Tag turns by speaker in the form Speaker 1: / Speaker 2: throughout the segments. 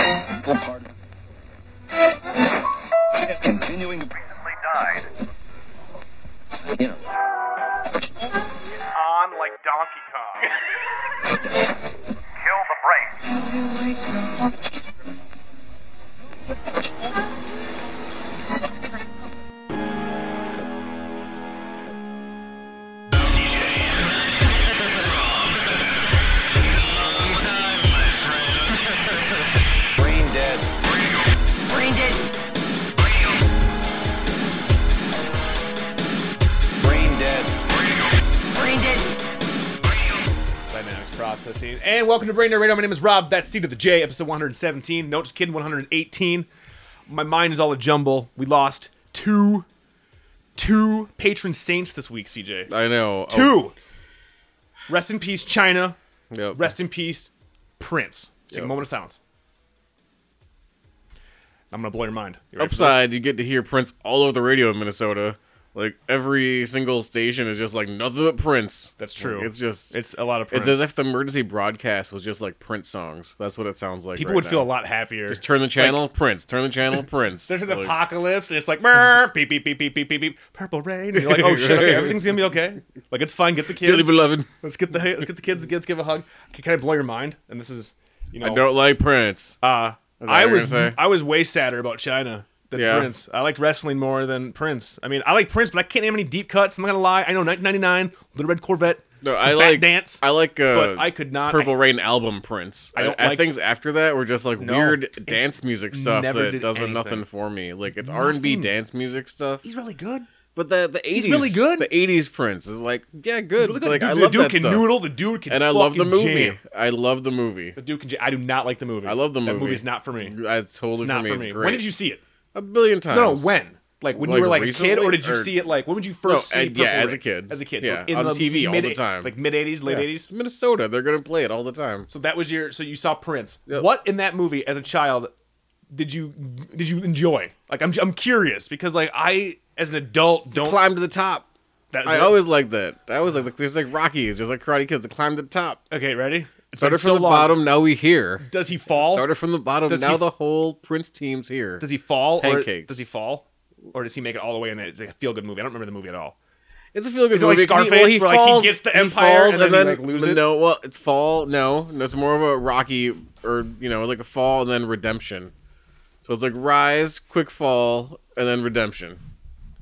Speaker 1: Pardon. Continuing to
Speaker 2: died
Speaker 1: you know,
Speaker 2: on like Donkey Kong. Kill the brakes.
Speaker 3: Brain dead.
Speaker 4: Brain dead.
Speaker 3: Brain dead.
Speaker 4: Brain dead.
Speaker 5: Dynamics processing. And welcome to Brain Dead Radio. My name is Rob. That's C to the J, episode 117. No, just kidding, 118. My mind is all a jumble. We lost two, two patron saints this week, CJ.
Speaker 6: I know. Oh,
Speaker 5: Two. Rest in peace, China.
Speaker 6: Yep.
Speaker 5: Rest in peace, Prince. Take a
Speaker 6: Yep.
Speaker 5: moment of silence. I'm gonna blow your mind. You ready for this?
Speaker 6: Upside, you get to hear Prince all over the radio in Minnesota. Like every single station is just like nothing but Prince.
Speaker 5: That's true.
Speaker 6: Like, it's just
Speaker 5: It's a lot of Prince.
Speaker 6: It's as if the emergency broadcast was just like Prince songs. That's what it sounds like.
Speaker 5: People
Speaker 6: right
Speaker 5: would feel a
Speaker 6: now.
Speaker 5: lot happier.
Speaker 6: Just turn the channel, Prince. Turn the channel, Prince.
Speaker 5: There's an
Speaker 6: Like,
Speaker 5: apocalypse, and it's like "Brr, beep beep beep beep beep beep beep. Purple rain. And you're like, oh shit, okay, everything's gonna be okay. Like it's fine. Get the
Speaker 6: Dearly
Speaker 5: kids.
Speaker 6: beloved,
Speaker 5: Let's get the let's get the kids. Let's give a hug. Can, can I blow your mind? And this is, you know,
Speaker 6: I don't like Prince.
Speaker 5: Uh,
Speaker 6: Is that
Speaker 5: I
Speaker 6: what you're
Speaker 5: was
Speaker 6: gonna say?
Speaker 5: I was way sadder about China than
Speaker 6: Yeah.
Speaker 5: Prince. I liked wrestling more than Prince. I mean, I like Prince, but I can't name any deep cuts. I'm not gonna lie. I know 1999, Little Red Corvette,
Speaker 6: no, I
Speaker 5: Bat
Speaker 6: like
Speaker 5: Dance,
Speaker 6: I like uh,
Speaker 5: but I could not.
Speaker 6: Purple Rain album Prince.
Speaker 5: I
Speaker 6: I
Speaker 5: don't
Speaker 6: I,
Speaker 5: like-
Speaker 6: things after that were just like
Speaker 5: No.
Speaker 6: weird
Speaker 5: It
Speaker 6: dance music stuff
Speaker 5: never
Speaker 6: that
Speaker 5: did
Speaker 6: does
Speaker 5: anything.
Speaker 6: nothing for me. Like it's R and B
Speaker 5: Nothing.
Speaker 6: dance music stuff.
Speaker 5: he's really good.
Speaker 6: But the the eighties,
Speaker 5: really good.
Speaker 6: The eighties Prince is like, yeah, good.
Speaker 5: Really good.
Speaker 6: Like
Speaker 5: dude,
Speaker 6: I
Speaker 5: the
Speaker 6: love
Speaker 5: dude
Speaker 6: that
Speaker 5: can
Speaker 6: stuff.
Speaker 5: noodle. The dude can.
Speaker 6: and I love the
Speaker 5: fucking
Speaker 6: movie.
Speaker 5: jam.
Speaker 6: I love the movie.
Speaker 5: The dude can. Jam. I do not like the movie.
Speaker 6: I love the movie.
Speaker 5: That movie's not for me.
Speaker 6: It's totally
Speaker 5: It's not
Speaker 6: for me.
Speaker 5: for
Speaker 6: It's
Speaker 5: me.
Speaker 6: great.
Speaker 5: When did you see it?
Speaker 6: A billion times.
Speaker 5: No, no, when? Like when you
Speaker 6: Like,
Speaker 5: were like a kid,
Speaker 6: recently?
Speaker 5: or did you
Speaker 6: Or-
Speaker 5: see it? Like when would you first see?
Speaker 6: No, I-
Speaker 5: Purple
Speaker 6: yeah, as
Speaker 5: Rain?
Speaker 6: a kid.
Speaker 5: As a kid, so
Speaker 6: Yeah,
Speaker 5: in
Speaker 6: on
Speaker 5: the
Speaker 6: TV all
Speaker 5: mid-
Speaker 6: the time.
Speaker 5: like mid '80s, late
Speaker 6: Yeah.
Speaker 5: '80s.
Speaker 6: It's Minnesota. They're gonna play it all the time.
Speaker 5: So that was your. So you saw Prince.
Speaker 6: Yep.
Speaker 5: What in that movie as a child did you did you enjoy? Like I'm I'm curious because like I as an adult don't.
Speaker 6: Climb to the top.
Speaker 5: that's
Speaker 6: I
Speaker 5: it.
Speaker 6: always like that. I always like, like there's like Rocky. It's just like Karate Kids. They climb to the top.
Speaker 5: okay. Ready? It's
Speaker 6: Started
Speaker 5: been
Speaker 6: from
Speaker 5: so
Speaker 6: the
Speaker 5: long.
Speaker 6: bottom. Now we here.
Speaker 5: Does he fall?
Speaker 6: Started from the bottom.
Speaker 5: Does
Speaker 6: now
Speaker 5: he-
Speaker 6: the whole Prince team's here.
Speaker 5: Does he fall? Or
Speaker 6: Pancakes.
Speaker 5: does he fall? Or does he make it all the way in there? It's like a feel good movie. I don't remember the movie at all.
Speaker 6: It's a feel good
Speaker 5: Is it like
Speaker 6: movie. 'cause
Speaker 5: Scarface, where, like, he gets the empire and then he, like, loses it?
Speaker 6: No, well, it's fall. No, no, it's more of a Rocky or you know like a fall and then redemption. So it's like rise, quick fall, and then redemption.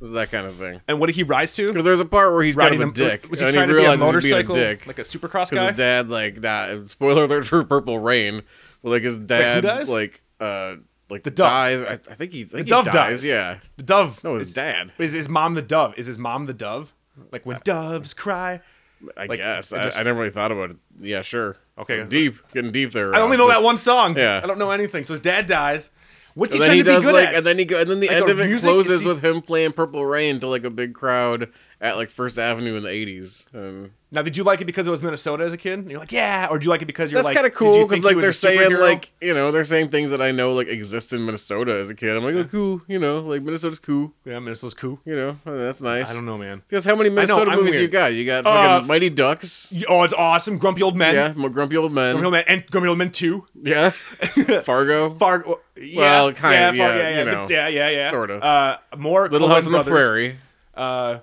Speaker 6: It's that kind of thing.
Speaker 5: And what did he rise to?
Speaker 6: Because there's a part where he's kind of a
Speaker 5: was-
Speaker 6: dick,
Speaker 5: Was he
Speaker 6: and he
Speaker 5: trying to be a
Speaker 6: realizes he's being a
Speaker 5: motorcycle,
Speaker 6: dick
Speaker 5: like a supercross
Speaker 6: because
Speaker 5: guy?
Speaker 6: his dad like nah, spoiler alert for Purple Rain, but like his dad
Speaker 5: dies?
Speaker 6: like uh like
Speaker 5: The dove.
Speaker 6: dies. I, I think he I think he
Speaker 5: dove dies.
Speaker 6: dies. Yeah,
Speaker 5: The dove.
Speaker 6: no, his dad.
Speaker 5: But is his mom the dove? Is his mom the dove? Like
Speaker 6: Uh,
Speaker 5: when doves cry.
Speaker 6: I
Speaker 5: Like,
Speaker 6: guess. I,
Speaker 5: there's-
Speaker 6: I never really thought about it. Yeah, sure.
Speaker 5: Okay.
Speaker 6: Deep. Getting deep there.
Speaker 5: I only know that one song.
Speaker 6: Yeah.
Speaker 5: I don't know anything. So his dad dies. What's he
Speaker 6: And then
Speaker 5: trying
Speaker 6: he
Speaker 5: to be
Speaker 6: does
Speaker 5: good
Speaker 6: like,
Speaker 5: at?
Speaker 6: and then he go, and then the
Speaker 5: Like,
Speaker 6: end
Speaker 5: our
Speaker 6: of it
Speaker 5: music- is
Speaker 6: closes
Speaker 5: he-
Speaker 6: with him playing Purple Rain to like a big crowd at like First Avenue in the eighties. And
Speaker 5: now, did you like it because it was Minnesota as a kid? And you're like, yeah. Or do you like it because you're
Speaker 6: that's
Speaker 5: like,
Speaker 6: kind of
Speaker 5: did you
Speaker 6: cool
Speaker 5: think
Speaker 6: because
Speaker 5: he
Speaker 6: like
Speaker 5: was
Speaker 6: they're
Speaker 5: a
Speaker 6: saying
Speaker 5: superhero?
Speaker 6: like you know they're saying things that I know like exist in Minnesota as a kid. I'm like oh, cool, you know, like Minnesota's cool,
Speaker 5: yeah, Minnesota's cool.
Speaker 6: you know, and that's nice.
Speaker 5: I don't know, man.
Speaker 6: because how many Minnesota
Speaker 5: I'm
Speaker 6: movies
Speaker 5: weird.
Speaker 6: you got? You got
Speaker 5: Uh,
Speaker 6: fucking Mighty Ducks,
Speaker 5: Oh, it's awesome. Grumpy Old Men.
Speaker 6: yeah, Mo- Grumpy Old Men,
Speaker 5: Grumpy Old Men and Grumpy Old Men 2.
Speaker 6: yeah, Fargo,
Speaker 5: Fargo. Yeah,
Speaker 6: Well, kind
Speaker 5: yeah,
Speaker 6: of,
Speaker 5: Fargo,
Speaker 6: yeah,
Speaker 5: yeah,
Speaker 6: you
Speaker 5: yeah,
Speaker 6: know.
Speaker 5: yeah, yeah, yeah.
Speaker 6: Sorta.
Speaker 5: Uh, more
Speaker 6: Little
Speaker 5: Coen
Speaker 6: House on the
Speaker 5: Brothers.
Speaker 6: Prairie.
Speaker 5: uh,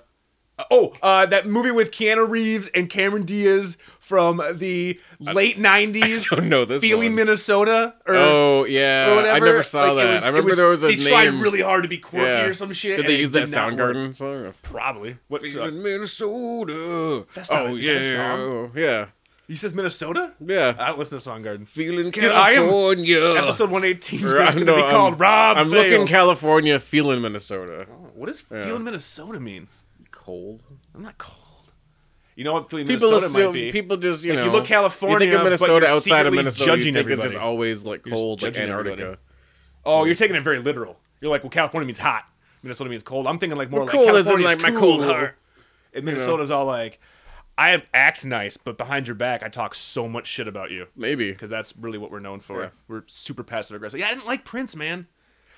Speaker 5: oh, uh, that movie with Keanu Reeves and Cameron Diaz from the late '90s.
Speaker 6: I don't know this
Speaker 5: Feely,
Speaker 6: one.
Speaker 5: Minnesota, or,
Speaker 6: Oh
Speaker 5: or
Speaker 6: yeah,
Speaker 5: whatever.
Speaker 6: I never
Speaker 5: Like,
Speaker 6: saw
Speaker 5: it
Speaker 6: that.
Speaker 5: was-
Speaker 6: I
Speaker 5: it
Speaker 6: remember
Speaker 5: was-
Speaker 6: there was a
Speaker 5: they
Speaker 6: name.
Speaker 5: tried really hard to be quirky
Speaker 6: Yeah.
Speaker 5: or some shit.
Speaker 6: Did
Speaker 5: and
Speaker 6: they
Speaker 5: it
Speaker 6: use that
Speaker 5: did not work.
Speaker 6: Soundgarden song? Oh,
Speaker 5: Probably. What's uh,
Speaker 6: Feeling Minnesota.
Speaker 5: That's not
Speaker 6: oh
Speaker 5: a- is
Speaker 6: yeah,
Speaker 5: that a song?
Speaker 6: yeah,
Speaker 5: he says Minnesota?
Speaker 6: yeah.
Speaker 5: I don't listen to Soundgarden.
Speaker 6: Feeling
Speaker 5: Dude, I am-
Speaker 6: California.
Speaker 5: Episode 118 is
Speaker 6: Or, I
Speaker 5: going to
Speaker 6: know,
Speaker 5: be called
Speaker 6: I'm,
Speaker 5: Rob.
Speaker 6: I'm
Speaker 5: Fails.
Speaker 6: looking California, feeling Minnesota.
Speaker 5: What does
Speaker 6: Yeah.
Speaker 5: feeling Minnesota mean?
Speaker 6: Cold.
Speaker 5: I'm not cold. You know what feeling
Speaker 6: People
Speaker 5: Minnesota
Speaker 6: assume
Speaker 5: might be?
Speaker 6: people just you
Speaker 5: Like,
Speaker 6: know
Speaker 5: you look California,
Speaker 6: You think
Speaker 5: but
Speaker 6: of Minnesota
Speaker 5: you're
Speaker 6: outside of
Speaker 5: secretly
Speaker 6: Minnesota,
Speaker 5: judging
Speaker 6: you think it's just
Speaker 5: everybody.
Speaker 6: always like
Speaker 5: just
Speaker 6: cold, like
Speaker 5: judging
Speaker 6: Antarctica.
Speaker 5: everybody. Oh, you're taking it very literal. You're like, well, California means hot. Minnesota means cold. I'm thinking like more
Speaker 6: Well,
Speaker 5: like
Speaker 6: cold isn't
Speaker 5: California's
Speaker 6: like my
Speaker 5: cool.
Speaker 6: cold heart.
Speaker 5: And Minnesota's all like, I act nice, but behind your back, I talk so much shit about you
Speaker 6: Maybe
Speaker 5: because that's really what we're known for.
Speaker 6: Yeah.
Speaker 5: We're super passive aggressive. Yeah, I didn't like Prince, man.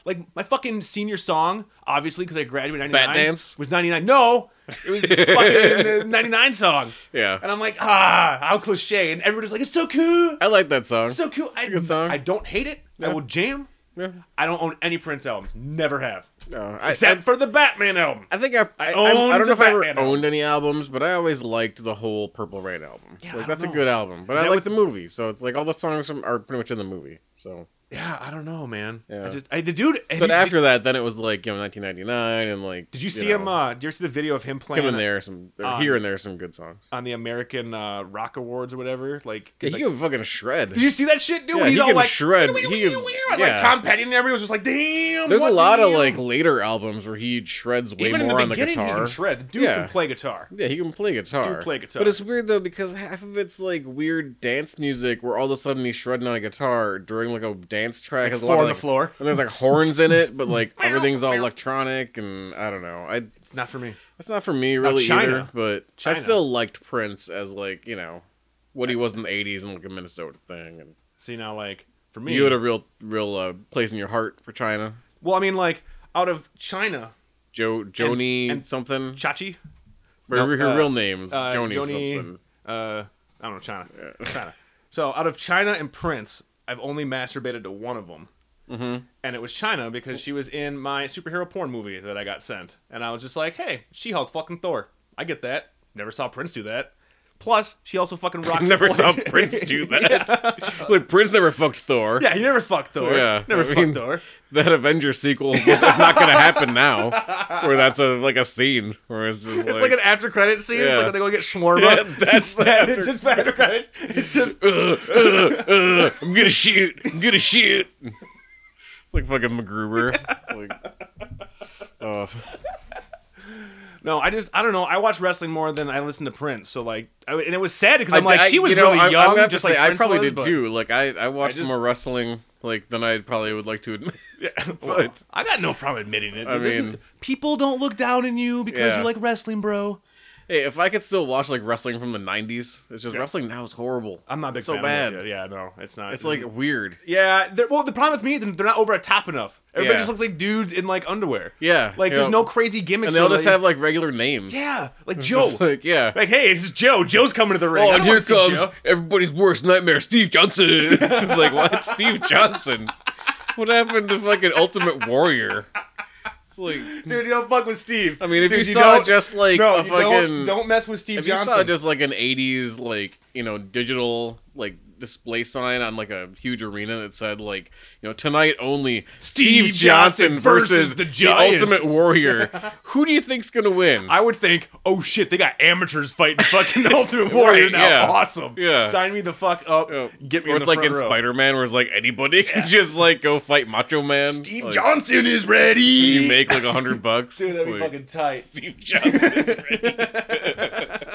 Speaker 5: Like my fucking senior song, obviously because I graduated in '99.
Speaker 6: Bat Dance?
Speaker 5: was '99. No, it was fucking '99 song.
Speaker 6: Yeah.
Speaker 5: and I'm like, ah, how cliche, and everybody's like, it's so cool
Speaker 6: I like that song.
Speaker 5: so cool. I,
Speaker 6: a good song.
Speaker 5: I don't hate it. I
Speaker 6: Yeah.
Speaker 5: will jam.
Speaker 6: Yeah.
Speaker 5: I don't own any Prince albums. Never have.
Speaker 6: No, I,
Speaker 5: Except for the Batman album.
Speaker 6: I think I I, I,
Speaker 5: owned
Speaker 6: I don't
Speaker 5: the
Speaker 6: know if I ever
Speaker 5: Batman album.
Speaker 6: owned any albums, but I always liked the whole Purple Rain album.
Speaker 5: Yeah, I
Speaker 6: like,
Speaker 5: don't
Speaker 6: that's a
Speaker 5: know.
Speaker 6: good album, but
Speaker 5: Is
Speaker 6: I
Speaker 5: that
Speaker 6: like
Speaker 5: what-
Speaker 6: the movie, so it's like all the songs from, are pretty much in the movie. So,
Speaker 5: Yeah, I don't know, man.
Speaker 6: Yeah.
Speaker 5: I just I, the dude.
Speaker 6: but
Speaker 5: did,
Speaker 6: after that, then it was like you know 1999 and like.
Speaker 5: did you see him?
Speaker 6: know,
Speaker 5: Uh, did you ever see the video of him playing
Speaker 6: Him and there, some or
Speaker 5: um,
Speaker 6: here and there, some good songs.
Speaker 5: on the American uh, Rock Awards or whatever? Like,
Speaker 6: Yeah,
Speaker 5: like-
Speaker 6: he can fucking shred.
Speaker 5: did you see that shit, dude?
Speaker 6: Yeah,
Speaker 5: He's
Speaker 6: he
Speaker 5: all
Speaker 6: can
Speaker 5: like
Speaker 6: shred.
Speaker 5: "Wee, wee,
Speaker 6: He
Speaker 5: wee,
Speaker 6: is-
Speaker 5: wee,"
Speaker 6: yeah.
Speaker 5: Like Tom Petty and everybody was just like, damn.
Speaker 6: There's a
Speaker 5: what the
Speaker 6: lot of
Speaker 5: hell?
Speaker 6: like later albums where he shreds way
Speaker 5: even in
Speaker 6: more
Speaker 5: the
Speaker 6: on the
Speaker 5: beginning he
Speaker 6: guitar.
Speaker 5: can shred. The dude
Speaker 6: Yeah.
Speaker 5: can play guitar.
Speaker 6: Yeah, he can play guitar.
Speaker 5: play guitar.
Speaker 6: But it's weird though because half of it's like weird dance music where all of a sudden he's shredding on a guitar during like a dance track.
Speaker 5: Like
Speaker 6: There's a
Speaker 5: four
Speaker 6: lot
Speaker 5: on
Speaker 6: of,
Speaker 5: the
Speaker 6: like-
Speaker 5: floor.
Speaker 6: And there's like horns in it, but like everything's all electronic and I don't know. I
Speaker 5: It's not for me.
Speaker 6: that's not for me really
Speaker 5: China.
Speaker 6: either. But
Speaker 5: China.
Speaker 6: I still liked Prince as like, you know, what he was in the eighties and like a Minnesota thing and
Speaker 5: See now, like for me,
Speaker 6: you had a real real uh, place in your heart for China.
Speaker 5: well, I mean, like out of China,
Speaker 6: Joe Joni
Speaker 5: and-
Speaker 6: something.
Speaker 5: Chachi,
Speaker 6: But
Speaker 5: no,
Speaker 6: her
Speaker 5: uh,
Speaker 6: real name's
Speaker 5: uh,
Speaker 6: Joni,
Speaker 5: Joni-
Speaker 6: something.
Speaker 5: uh, I don't know China, China. So out of China and Prince, I've only masturbated to one of them, mm-hmm. and it was China because she was in my superhero porn movie that I got sent, and I was just like, hey, She Hulk, fucking Thor, I get that. Never saw Prince do that. Plus, she also fucking rocks.
Speaker 6: never
Speaker 5: the-
Speaker 6: saw Prince do that. Like Prince never fucked Thor.
Speaker 5: yeah, he never fucked Thor.
Speaker 6: Yeah,
Speaker 5: never
Speaker 6: I
Speaker 5: fucked
Speaker 6: mean-
Speaker 5: Thor.
Speaker 6: That Avengers sequel is not going to happen now, where that's a like a scene where it's just
Speaker 5: It's
Speaker 6: like,
Speaker 5: like, an after credit scene. It's
Speaker 6: Yeah.
Speaker 5: like when they go get shawarma.
Speaker 6: Yeah, that's the
Speaker 5: that. It's
Speaker 6: after-
Speaker 5: just after credits. It's just
Speaker 6: "Ugh, "Uh, I'm gonna shoot, I'm gonna shoot, like fucking MacGruber. Like, oh,
Speaker 5: no. I just I don't know. I watch wrestling more than I listen to Prince. So like, I, and it was sad because
Speaker 6: I-
Speaker 5: I'm like
Speaker 6: I-
Speaker 5: she was
Speaker 6: you know,
Speaker 5: really
Speaker 6: I'm- I'm
Speaker 5: young.
Speaker 6: gonna have to
Speaker 5: just
Speaker 6: say
Speaker 5: like
Speaker 6: I
Speaker 5: Prince
Speaker 6: probably
Speaker 5: was,
Speaker 6: did
Speaker 5: but-
Speaker 6: too. Like I, I watched
Speaker 5: just-
Speaker 6: more wrestling like than I probably would like to admit.
Speaker 5: Well,
Speaker 6: But-
Speaker 5: I got no problem admitting it.
Speaker 6: I
Speaker 5: This is-
Speaker 6: mean-
Speaker 5: people don't look down on you because
Speaker 6: Yeah.
Speaker 5: you like wrestling, bro.
Speaker 6: hey, if I could still watch like wrestling from the '90s, it's just wrestling now is horrible.
Speaker 5: I'm not a big
Speaker 6: It's so
Speaker 5: fan of
Speaker 6: bad.
Speaker 5: it. Yeah, no, it's not.
Speaker 6: It's like weird.
Speaker 5: yeah. they're- Well, the problem with me is they're not over a top enough. Everybody
Speaker 6: Yeah.
Speaker 5: just looks like dudes in like underwear.
Speaker 6: Yeah,
Speaker 5: Like
Speaker 6: you
Speaker 5: there's
Speaker 6: know,
Speaker 5: no crazy gimmicks.
Speaker 6: and they'll
Speaker 5: where
Speaker 6: just
Speaker 5: they-
Speaker 6: have like regular names.
Speaker 5: yeah, like Joe.
Speaker 6: Just like yeah.
Speaker 5: Like, hey, it's Joe. Joe's coming to the ring.
Speaker 6: Oh,
Speaker 5: I
Speaker 6: and
Speaker 5: don't
Speaker 6: here
Speaker 5: wanna see Joe.
Speaker 6: comes everybody's worst nightmare, Steve Johnson. it's like, what? Steve Johnson? What happened to fucking Ultimate Warrior? It's like,
Speaker 5: Dude, you don't fuck with Steve.
Speaker 6: I mean, if
Speaker 5: Dude,
Speaker 6: you, saw
Speaker 5: don't-
Speaker 6: just like
Speaker 5: no,
Speaker 6: a
Speaker 5: you
Speaker 6: fucking,
Speaker 5: don't, don't mess with Steve
Speaker 6: if you
Speaker 5: Johnson.
Speaker 6: saw just like an '80s like you know digital like display sign on like a huge arena that said like you know tonight only Steve, Johnson versus the,
Speaker 5: Giants."
Speaker 6: Ultimate Warrior. Who do you think's gonna win?
Speaker 5: I would think, oh shit, they got amateurs fighting fucking Ultimate Warrior
Speaker 6: Right,
Speaker 5: now.
Speaker 6: yeah.
Speaker 5: Awesome.
Speaker 6: Yeah.
Speaker 5: Sign me the fuck up.
Speaker 6: Yeah.
Speaker 5: Get me
Speaker 6: Oh, or
Speaker 5: in
Speaker 6: it's
Speaker 5: the
Speaker 6: like
Speaker 5: front
Speaker 6: in
Speaker 5: row.
Speaker 6: Spider Man, where it's like anybody can just like go fight Macho Man.
Speaker 5: Steve
Speaker 6: Like,
Speaker 5: Johnson is ready.
Speaker 6: You make like a hundred bucks.
Speaker 5: Dude, that'd be
Speaker 6: Like,
Speaker 5: fucking tight.
Speaker 6: Steve Johnson. is ready.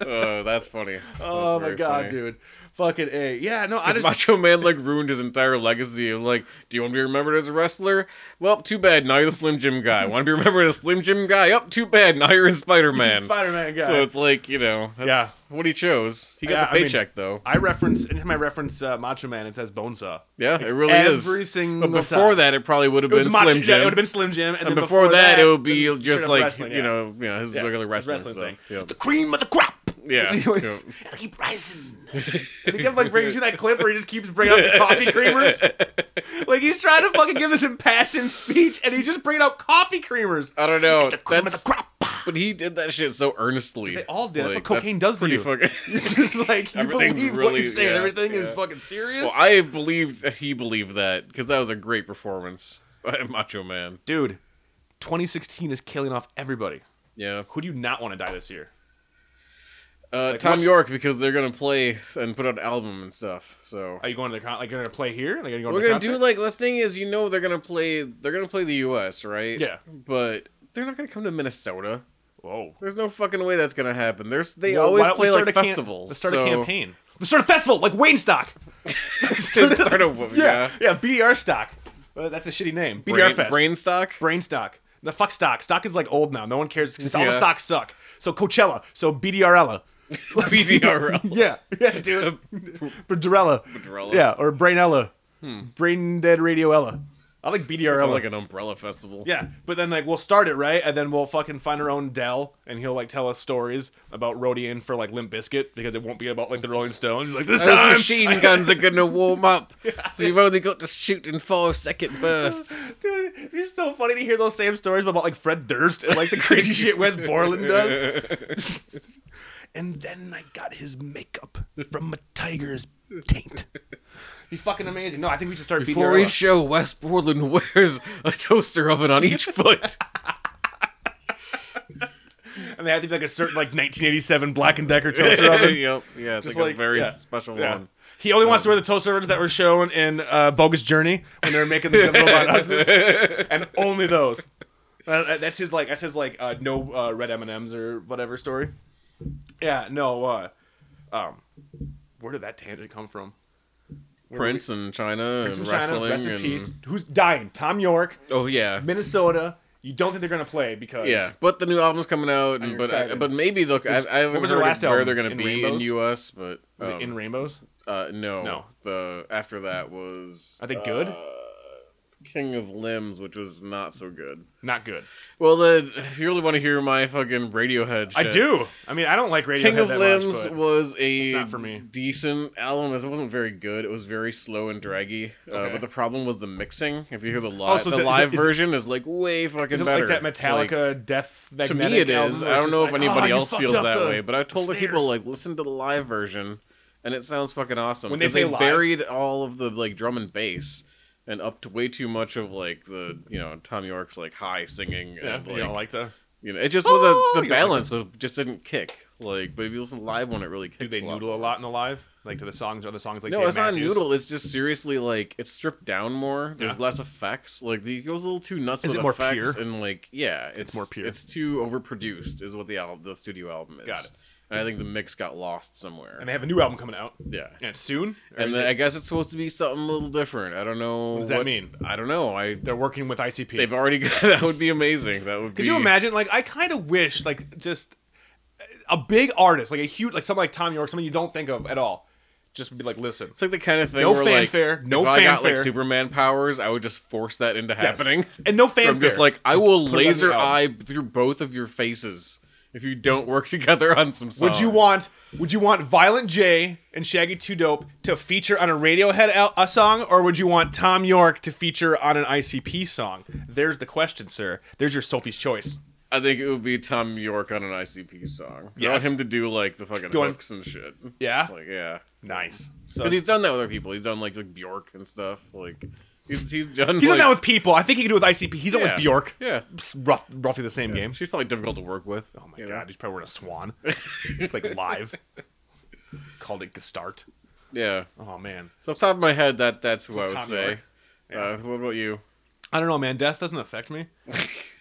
Speaker 6: oh, that's funny.
Speaker 5: Oh
Speaker 6: That's
Speaker 5: my
Speaker 6: very
Speaker 5: god,
Speaker 6: funny.
Speaker 5: dude. Fucking A. Yeah, no, I
Speaker 6: 'Cause
Speaker 5: just
Speaker 6: Macho Man like ruined his entire legacy of like, do you want to be remembered as a wrestler? Well, too bad. Now you're the Slim Jim guy. Want to be remembered as Slim Jim guy? Up, too bad. Now you're in Spider Man.
Speaker 5: Spider Man guy.
Speaker 6: So it's like you know, that's what he chose. He got
Speaker 5: Yeah,
Speaker 6: the
Speaker 5: I mean-
Speaker 6: paycheck though.
Speaker 5: I reference in my reference uh, Macho Man, it says Bonesaw.
Speaker 6: Yeah, it really is.
Speaker 5: Every single
Speaker 6: But before
Speaker 5: time.
Speaker 6: that, it probably would have
Speaker 5: It was
Speaker 6: been
Speaker 5: the Macho
Speaker 6: Slim
Speaker 5: Yeah,
Speaker 6: Jim.
Speaker 5: it would have been Slim Jim, and,
Speaker 6: and
Speaker 5: then
Speaker 6: before, that, it would be
Speaker 5: then straight
Speaker 6: just
Speaker 5: up
Speaker 6: like you
Speaker 5: wrestling, yeah.
Speaker 6: know, you know, his
Speaker 5: Yeah,
Speaker 6: regular wrestling,
Speaker 5: wrestling
Speaker 6: stuff.
Speaker 1: The cream of the crop.
Speaker 6: Yeah, yeah. yeah.
Speaker 5: Anyways. And he kept like bringing you that clip where he just keeps bringing up the coffee creamers. Like he's trying to fucking give this impassioned speech, and he's just bringing up coffee creamers.
Speaker 6: I don't know.
Speaker 1: The cream of
Speaker 6: Oh, That's-
Speaker 1: the crop.
Speaker 6: but he did that shit so earnestly.
Speaker 5: They all did. That's
Speaker 6: Like,
Speaker 5: what cocaine does to
Speaker 6: pretty
Speaker 5: you.
Speaker 6: fucking-
Speaker 5: You're just like you
Speaker 6: Everything's
Speaker 5: believe what
Speaker 6: really-
Speaker 5: you're saying.
Speaker 6: yeah,
Speaker 5: Everything is
Speaker 6: yeah.
Speaker 5: fucking serious.
Speaker 6: well, I believed he believed that because that was a great performance by Macho Man.
Speaker 5: Dude, 2016 is killing off everybody.
Speaker 6: Yeah,
Speaker 5: Who do you not want to die this year?
Speaker 6: uh,
Speaker 5: Like,
Speaker 6: Tom
Speaker 5: what-
Speaker 6: York because they're gonna play and put out an album and stuff. So
Speaker 5: Are you going to the con- like you're gonna play here? Like, are you going
Speaker 6: We're
Speaker 5: to
Speaker 6: gonna
Speaker 5: the
Speaker 6: do
Speaker 5: concert?
Speaker 6: like the thing is, you know, they're gonna play. They're gonna play the U.S. right?
Speaker 5: Yeah.
Speaker 6: But they're not gonna come to Minnesota.
Speaker 5: Whoa.
Speaker 6: There's no fucking way that's gonna happen. There's they
Speaker 5: Well, why
Speaker 6: always
Speaker 5: don't we
Speaker 6: play
Speaker 5: start
Speaker 6: like
Speaker 5: a cam-
Speaker 6: festivals.
Speaker 5: Let's start
Speaker 6: so-
Speaker 5: a campaign. Let's start a festival like Wayne Stock.
Speaker 6: Let's start a yeah.
Speaker 5: Yeah, yeah, BDR Stock. Uh, that's a shitty name. BDR
Speaker 6: Brain,
Speaker 5: Fest.
Speaker 6: brain stock.
Speaker 5: Brain stock. The fuck stock. Stock is like old now. No one cares because all the
Speaker 6: Yeah.
Speaker 5: stocks suck. So Coachella. So BDRella.
Speaker 6: BDRL.
Speaker 5: Yeah, yeah, dude. Badrella.
Speaker 6: Badrella.
Speaker 5: Yeah, or Brainella. Brain Dead Radioella. I like
Speaker 6: It's
Speaker 5: BDRL.
Speaker 6: not Hmm. like an umbrella festival.
Speaker 5: yeah, but then like we'll start it right, and then we'll fucking find our own Dell, and he'll like tell us stories about Rodian for like Limp Biscuit because it won't be about like the Rolling Stones. He's like this
Speaker 6: Those
Speaker 5: time
Speaker 6: machine guns are gonna warm up, so you've only got to shoot in five second bursts.
Speaker 5: Dude, it's so funny to hear those same stories about like Fred Durst and like the crazy shit Wes Borland does. and then I got his makeup from a tiger's taint. Be fucking amazing. No, I think we should start
Speaker 6: Before
Speaker 5: BDRL.
Speaker 6: each show, West Borland wears a toaster oven on each foot.
Speaker 5: And they have to be like a certain like 1987 Black and Decker toaster oven.
Speaker 6: yep. Yeah, it's
Speaker 5: Just
Speaker 6: like,
Speaker 5: like
Speaker 6: a very
Speaker 5: yeah,
Speaker 6: special
Speaker 5: yeah.
Speaker 6: one. Um,
Speaker 5: He only wants to wear the toaster ovens that were shown in uh, Bogus Journey when they were making the Good robot houses, and only those. Uh, that- that's his like that's his like uh, no uh, red M and M's or whatever story. Yeah, no. Uh, um, where did that tangent come from?
Speaker 6: Prince and China
Speaker 5: Prince
Speaker 6: and
Speaker 5: in
Speaker 6: wrestling.
Speaker 5: China, rest in
Speaker 6: and...
Speaker 5: peace. Who's dying? Tom York,
Speaker 6: Oh yeah,
Speaker 5: Minnesota. You don't think they're gonna play because
Speaker 6: yeah. But the new album's coming out, and,
Speaker 5: you're
Speaker 6: but
Speaker 5: excited.
Speaker 6: but maybe look, I, I haven't
Speaker 5: was
Speaker 6: heard
Speaker 5: their last
Speaker 6: where
Speaker 5: album?
Speaker 6: they're gonna
Speaker 5: In
Speaker 6: be
Speaker 5: Rainbows?
Speaker 6: in U.S. But
Speaker 5: Was
Speaker 6: um,
Speaker 5: it in rainbows?
Speaker 6: uh, no,
Speaker 5: No.
Speaker 6: The after that was
Speaker 5: Are they good?
Speaker 6: uh, King of Limbs, which was not so good.
Speaker 5: Not good.
Speaker 6: Well, then, if you really want to hear my fucking Radiohead, shit,
Speaker 5: I do. I mean, I don't like Radiohead
Speaker 6: King of
Speaker 5: that
Speaker 6: Limbs
Speaker 5: much. But
Speaker 6: was a
Speaker 5: not for me.
Speaker 6: decent album. It wasn't very good. It was very slow and draggy. Uh,
Speaker 5: Okay.
Speaker 6: but the problem was the mixing. If you hear the live,
Speaker 5: Oh, so
Speaker 6: the
Speaker 5: is it- is it-
Speaker 6: live
Speaker 5: is it-
Speaker 6: version is like way fucking
Speaker 5: is it
Speaker 6: better.
Speaker 5: like that Metallica Death
Speaker 6: Like, to
Speaker 5: Magnetic
Speaker 6: me, it
Speaker 5: album
Speaker 6: is.
Speaker 5: where
Speaker 6: I
Speaker 5: it's
Speaker 6: don't
Speaker 5: just
Speaker 6: know if
Speaker 5: like, "Ah,
Speaker 6: anybody
Speaker 5: you
Speaker 6: else
Speaker 5: fucked
Speaker 6: feels
Speaker 5: up
Speaker 6: that
Speaker 5: the
Speaker 6: way, but I've told the people
Speaker 5: snares."
Speaker 6: like listen to the live version, and it sounds fucking awesome.
Speaker 5: When they
Speaker 6: 'cause
Speaker 5: play live-
Speaker 6: buried all of the like drum and bass. And up to way too much of like the you know Tom York's like high singing
Speaker 5: yeah,
Speaker 6: and
Speaker 5: you know, like the
Speaker 6: you know, it just was a,
Speaker 5: Oh, you know, like-
Speaker 6: the balance, but just didn't kick. Like, but if you listen live one, it really kicks.
Speaker 5: do they
Speaker 6: a lot.
Speaker 5: noodle a lot in the live? Like to the songs? Are the songs like
Speaker 6: No,
Speaker 5: Dan
Speaker 6: it's
Speaker 5: Matthews?
Speaker 6: not noodle. It's just seriously like it's stripped down more. There's less effects. Like the, it goes a little too nuts.
Speaker 5: Is
Speaker 6: with
Speaker 5: it more
Speaker 6: effects
Speaker 5: pure?
Speaker 6: And like, yeah, it's,
Speaker 5: more pure.
Speaker 6: It's too overproduced, is what the album, the studio album is.
Speaker 5: Got it.
Speaker 6: And I think the mix got lost somewhere.
Speaker 5: And they have a new album coming out,
Speaker 6: yeah.
Speaker 5: and it's soon. Or
Speaker 6: And
Speaker 5: is
Speaker 6: then
Speaker 5: it-
Speaker 6: I guess it's supposed to be something a little different. I don't know. What
Speaker 5: does that mean?
Speaker 6: I don't know. I
Speaker 5: they're working with ICP.
Speaker 6: they've already got that would be amazing. That would.
Speaker 5: Could
Speaker 6: be,
Speaker 5: you imagine? Like, I kind of wish, like, just a big artist, like a huge, like someone like Tom York, someone you don't think of at all, just would be like, listen,
Speaker 6: It's like the kind of thing
Speaker 5: No
Speaker 6: where
Speaker 5: fanfare,
Speaker 6: like
Speaker 5: no
Speaker 6: if I got like
Speaker 5: fanfare.
Speaker 6: Superman powers, I would just force that into
Speaker 5: Yes.
Speaker 6: happening.
Speaker 5: and no fanfare.
Speaker 6: I'm just like I
Speaker 5: put it
Speaker 6: will
Speaker 5: on the
Speaker 6: laser
Speaker 5: album.
Speaker 6: eye through both of your faces if you don't work together on some songs.
Speaker 5: Would you want? Would you want Violent J and Shaggy Two Dope to feature on a Radiohead al- a song, or would you want Tom York to feature on an ICP song? There's the question, sir. There's your Sophie's choice.
Speaker 6: I think it would be Tom York on an ICP song. You want
Speaker 5: Yes.
Speaker 6: him to do like the fucking
Speaker 5: Doing-
Speaker 6: hooks and shit.
Speaker 5: Yeah?
Speaker 6: like yeah,
Speaker 5: Nice. So
Speaker 6: because
Speaker 5: he's
Speaker 6: he's done that with other people. He's done like like Bjork and stuff. Like he's he's done.
Speaker 5: he's
Speaker 6: like,
Speaker 5: done that with people. I think he can do it with ICP. He's done
Speaker 6: Yeah.
Speaker 5: with Bjork.
Speaker 6: Yeah,
Speaker 5: It's rough, roughly the same game.
Speaker 6: she's probably difficult to work with.
Speaker 5: Oh my god, he's probably wearing a swan, like live. Called it Gestart.
Speaker 6: Yeah.
Speaker 5: Oh man,
Speaker 6: So off the top of my head, that that's who I would
Speaker 5: Tom
Speaker 6: say.
Speaker 5: York.
Speaker 6: Uh, what about you?
Speaker 5: I don't know, man. Death doesn't affect me.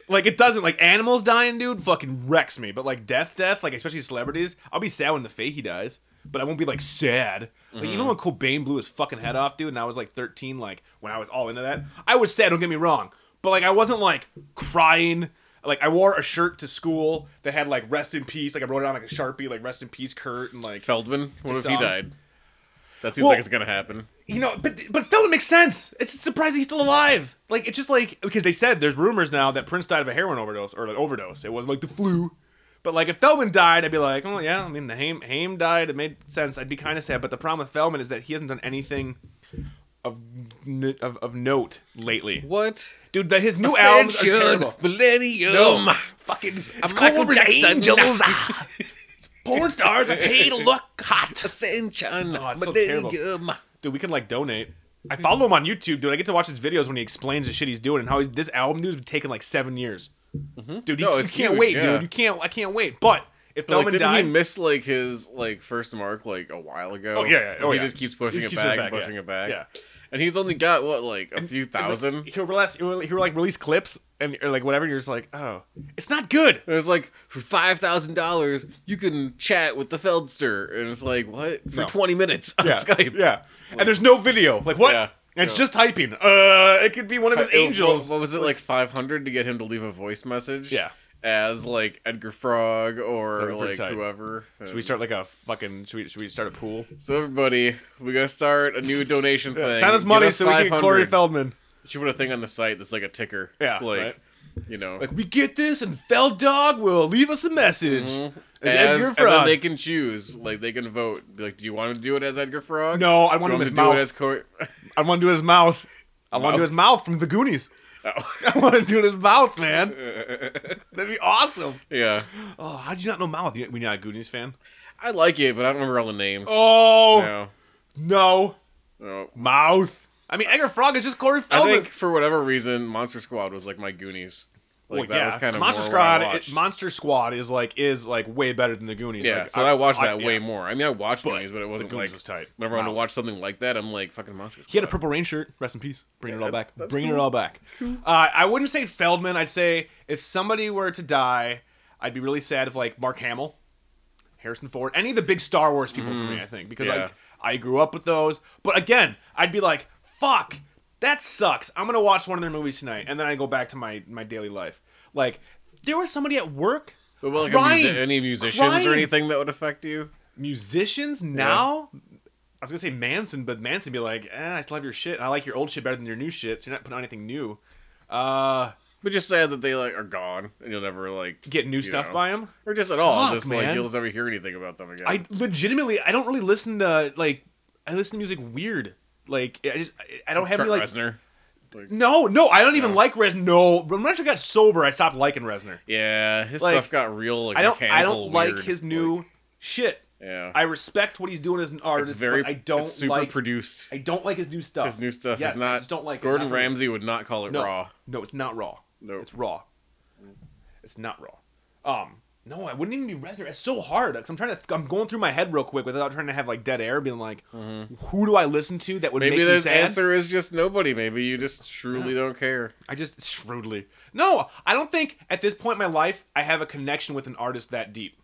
Speaker 5: like it doesn't. Like animals dying, dude, fucking wrecks me. But like death, death, like especially celebrities, I'll be sad when the Fahey dies, but I won't be like sad. Like even when Cobain blew his fucking head off, dude, and I was like 13, like when I was all into that, I was sad. Don't get me wrong, but like I wasn't like crying. Like I wore a shirt to school that had like "Rest in Peace," like I wrote it on like a sharpie, like "Rest in Peace, Kurt," and like
Speaker 6: Feldman? What if he
Speaker 5: songs.
Speaker 6: died? That seems
Speaker 5: Well-
Speaker 6: like it's gonna happen.
Speaker 5: you know, but but Feldman makes sense. It's surprising he's still alive. Like it's just like because they said there's rumors now that Prince died of a heroin overdose or an overdose. It wasn't like the flu, but like if Feldman died, I'd be like, oh yeah, I mean the Haim Haim died. It made sense. I'd be kind of sad. But the problem with Feldman is that he hasn't done anything of n- of, of note lately,
Speaker 6: What?
Speaker 5: dude. That his new albums are terrible.
Speaker 6: Millennium.
Speaker 5: No, fucking it's
Speaker 6: Michael
Speaker 5: called
Speaker 6: Jackson.
Speaker 5: angels. Ah. Porn stars are paid to look hot.
Speaker 6: Ascension.
Speaker 5: Oh, it's so terrible. dude, we can like donate. I follow him on YouTube, dude. I get to watch his videos when he explains the shit he's doing and how he's, this album, dude, has been taking like seven years. Dude, you,
Speaker 6: Mm-hmm. No,
Speaker 5: you
Speaker 6: it's
Speaker 5: can't
Speaker 6: huge,
Speaker 5: wait,
Speaker 6: yeah.
Speaker 5: dude. You can't. I can't wait. But if
Speaker 6: Like,
Speaker 5: Feldman
Speaker 6: didn't
Speaker 5: died,
Speaker 6: he miss like his like first mark like a while ago?
Speaker 5: Oh, yeah, yeah. Oh,
Speaker 6: he
Speaker 5: yeah.
Speaker 6: just keeps
Speaker 5: He
Speaker 6: pushing
Speaker 5: just
Speaker 6: it
Speaker 5: keeps it
Speaker 6: back,
Speaker 5: back,
Speaker 6: and pushing
Speaker 5: yeah.
Speaker 6: it back.
Speaker 5: Yeah.
Speaker 6: and he's only got what like a few thousand.
Speaker 5: like, he'll release, he'll, he'll like release clips and or like whatever. And you're just like, oh, it's not good.
Speaker 6: There's like for five thousand dollars you can chat with the Feldster, and it's like what for
Speaker 5: No.
Speaker 6: twenty minutes on
Speaker 5: Yeah,
Speaker 6: Skype.
Speaker 5: yeah. and there's no video. Like what?
Speaker 6: Yeah.
Speaker 5: And it's
Speaker 6: Yeah.
Speaker 5: just typing. Uh, it could be one of his
Speaker 6: It- what-
Speaker 5: angels.
Speaker 6: What, was it like five hundred to get him to leave a voice message?
Speaker 5: Yeah.
Speaker 6: as like Edgar Frog or
Speaker 5: That'd be pretty
Speaker 6: like
Speaker 5: tight.
Speaker 6: whoever.
Speaker 5: Should we
Speaker 6: And-
Speaker 5: start like a fucking? Should we? Should we start a pool?
Speaker 6: So everybody, we gotta start a new donation thing.
Speaker 5: Send us money
Speaker 6: Give us
Speaker 5: so we can get Corey
Speaker 6: 500.
Speaker 5: Feldman.
Speaker 6: She put a thing on the site that's like a ticker.
Speaker 5: Yeah,
Speaker 6: Like,
Speaker 5: right.
Speaker 6: you know.
Speaker 5: Like we get this, and Fell Dog will leave us a message.
Speaker 6: Mm-hmm. as,
Speaker 5: Edgar
Speaker 6: and then
Speaker 5: Frog.
Speaker 6: they can choose. Like they can vote. Be Like, do you want to do it as Edgar Frog?
Speaker 5: No, I want
Speaker 6: Do you
Speaker 5: him
Speaker 6: to
Speaker 5: as
Speaker 6: do
Speaker 5: Mouth.
Speaker 6: it as Oh. Corey.
Speaker 5: I want to do his mouth. I want to do
Speaker 6: Mouth?
Speaker 5: his mouth from the Goonies.
Speaker 6: Oh.
Speaker 5: I want to do his mouth, man. That'd be awesome.
Speaker 6: yeah,
Speaker 5: Oh, how do you not know mouth? You- When you're not a Goonies fan.
Speaker 6: I like it, but I don't remember all the names.
Speaker 5: Oh
Speaker 6: no, Oh.
Speaker 5: no,
Speaker 6: no.
Speaker 5: mouth. I mean, Edgar Frog is just Corey
Speaker 6: I
Speaker 5: Feldman.
Speaker 6: think for whatever reason, Monster Squad was like my Goonies. Like that was kind of
Speaker 5: Monster
Speaker 6: more what I
Speaker 5: Squad. it-
Speaker 6: watched.
Speaker 5: Monster Squad is like is like way better than the Goonies.
Speaker 6: yeah,
Speaker 5: Like,
Speaker 6: so I, watched that way
Speaker 5: yeah.
Speaker 6: more. I mean, I watched Goonies, but it wasn't
Speaker 5: Goonies
Speaker 6: like
Speaker 5: was tight.
Speaker 6: Whenever I want to
Speaker 5: Mouth.
Speaker 6: watch something like that, I'm like fucking Monster Squad.
Speaker 5: He had a purple rain shirt. Rest in peace. Bringing it all back. Bringing it all back.
Speaker 6: cool.
Speaker 5: Uh, I wouldn't say Feldman. I'd say if somebody were to die, I'd be really sad if like Mark Hamill, Harrison Ford, any of the big Star Wars people for me. I think because
Speaker 6: Mm-hmm. yeah.
Speaker 5: like I grew up with those. But again, I'd be like, fuck, that sucks. I'm gonna watch one of their movies tonight, and then I go back to my my daily life. Like there was somebody at work.
Speaker 6: But well, like a
Speaker 5: crying,
Speaker 6: musi- any musicians or
Speaker 5: crying.
Speaker 6: anything that would affect you?
Speaker 5: musicians now. I was gonna say Manson, but Manson be like, eh, I still have your shit. I like your old shit better than your new shit, so you're not putting on anything new. Uh,
Speaker 6: But just sad that they like are gone and you'll never like
Speaker 5: get new
Speaker 6: you
Speaker 5: stuff
Speaker 6: know.
Speaker 5: by him.
Speaker 6: or just at all.
Speaker 5: Fuck,
Speaker 6: just like
Speaker 5: man.
Speaker 6: you'll never hear anything about them again.
Speaker 5: I legitimately, I don't really listen to like, I listen to music weird. Like, I just, I- I don't have
Speaker 6: Trent
Speaker 5: any like.
Speaker 6: Reznor.
Speaker 5: No, no, I don't even
Speaker 6: No.
Speaker 5: like Res. No, when I got sober, I stopped liking Resner.
Speaker 6: Yeah, his
Speaker 5: Like,
Speaker 6: stuff got real. Like,
Speaker 5: I don't, I
Speaker 6: mechanical
Speaker 5: don't like
Speaker 6: weird,
Speaker 5: his new shit.
Speaker 6: yeah,
Speaker 5: I respect what he's doing as an artist,
Speaker 6: it's very.
Speaker 5: but I don't
Speaker 6: it's super
Speaker 5: like.
Speaker 6: produced.
Speaker 5: I don't like his new stuff.
Speaker 6: His new stuff
Speaker 5: Yes,
Speaker 6: is not.
Speaker 5: I just don't like it.
Speaker 6: Gordon
Speaker 5: Not for me.
Speaker 6: Ramsay would not call it
Speaker 5: No.
Speaker 6: raw.
Speaker 5: No, it's not raw.
Speaker 6: No.
Speaker 5: it's raw. It's not raw. Um, no, I wouldn't even be Reznor. It's so hard. i I'm trying to. I'm going through my head real quick without trying to have like dead air, being like, who do I listen to that would
Speaker 6: Mm-hmm. Maybe
Speaker 5: make me
Speaker 6: the
Speaker 5: sad?
Speaker 6: answer is just nobody. Maybe you just truly don't care.
Speaker 5: I just shrewdly. No, I don't think at this point in my life I have a connection with an artist that deep.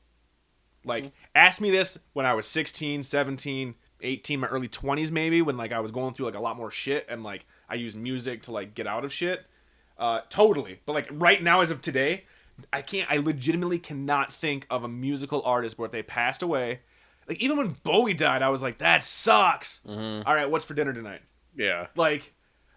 Speaker 5: Like, ask me this when I was 16, 17, 18, my early 20s maybe, when like I was going through like a lot more shit and like I used music to like get out of shit. Uh, totally. But like right now as of today, I can't, I legitimately cannot think of a musical artist where if they passed away. Like even when Bowie died, I was like, that sucks. All right, what's for dinner tonight?
Speaker 6: Yeah.
Speaker 5: like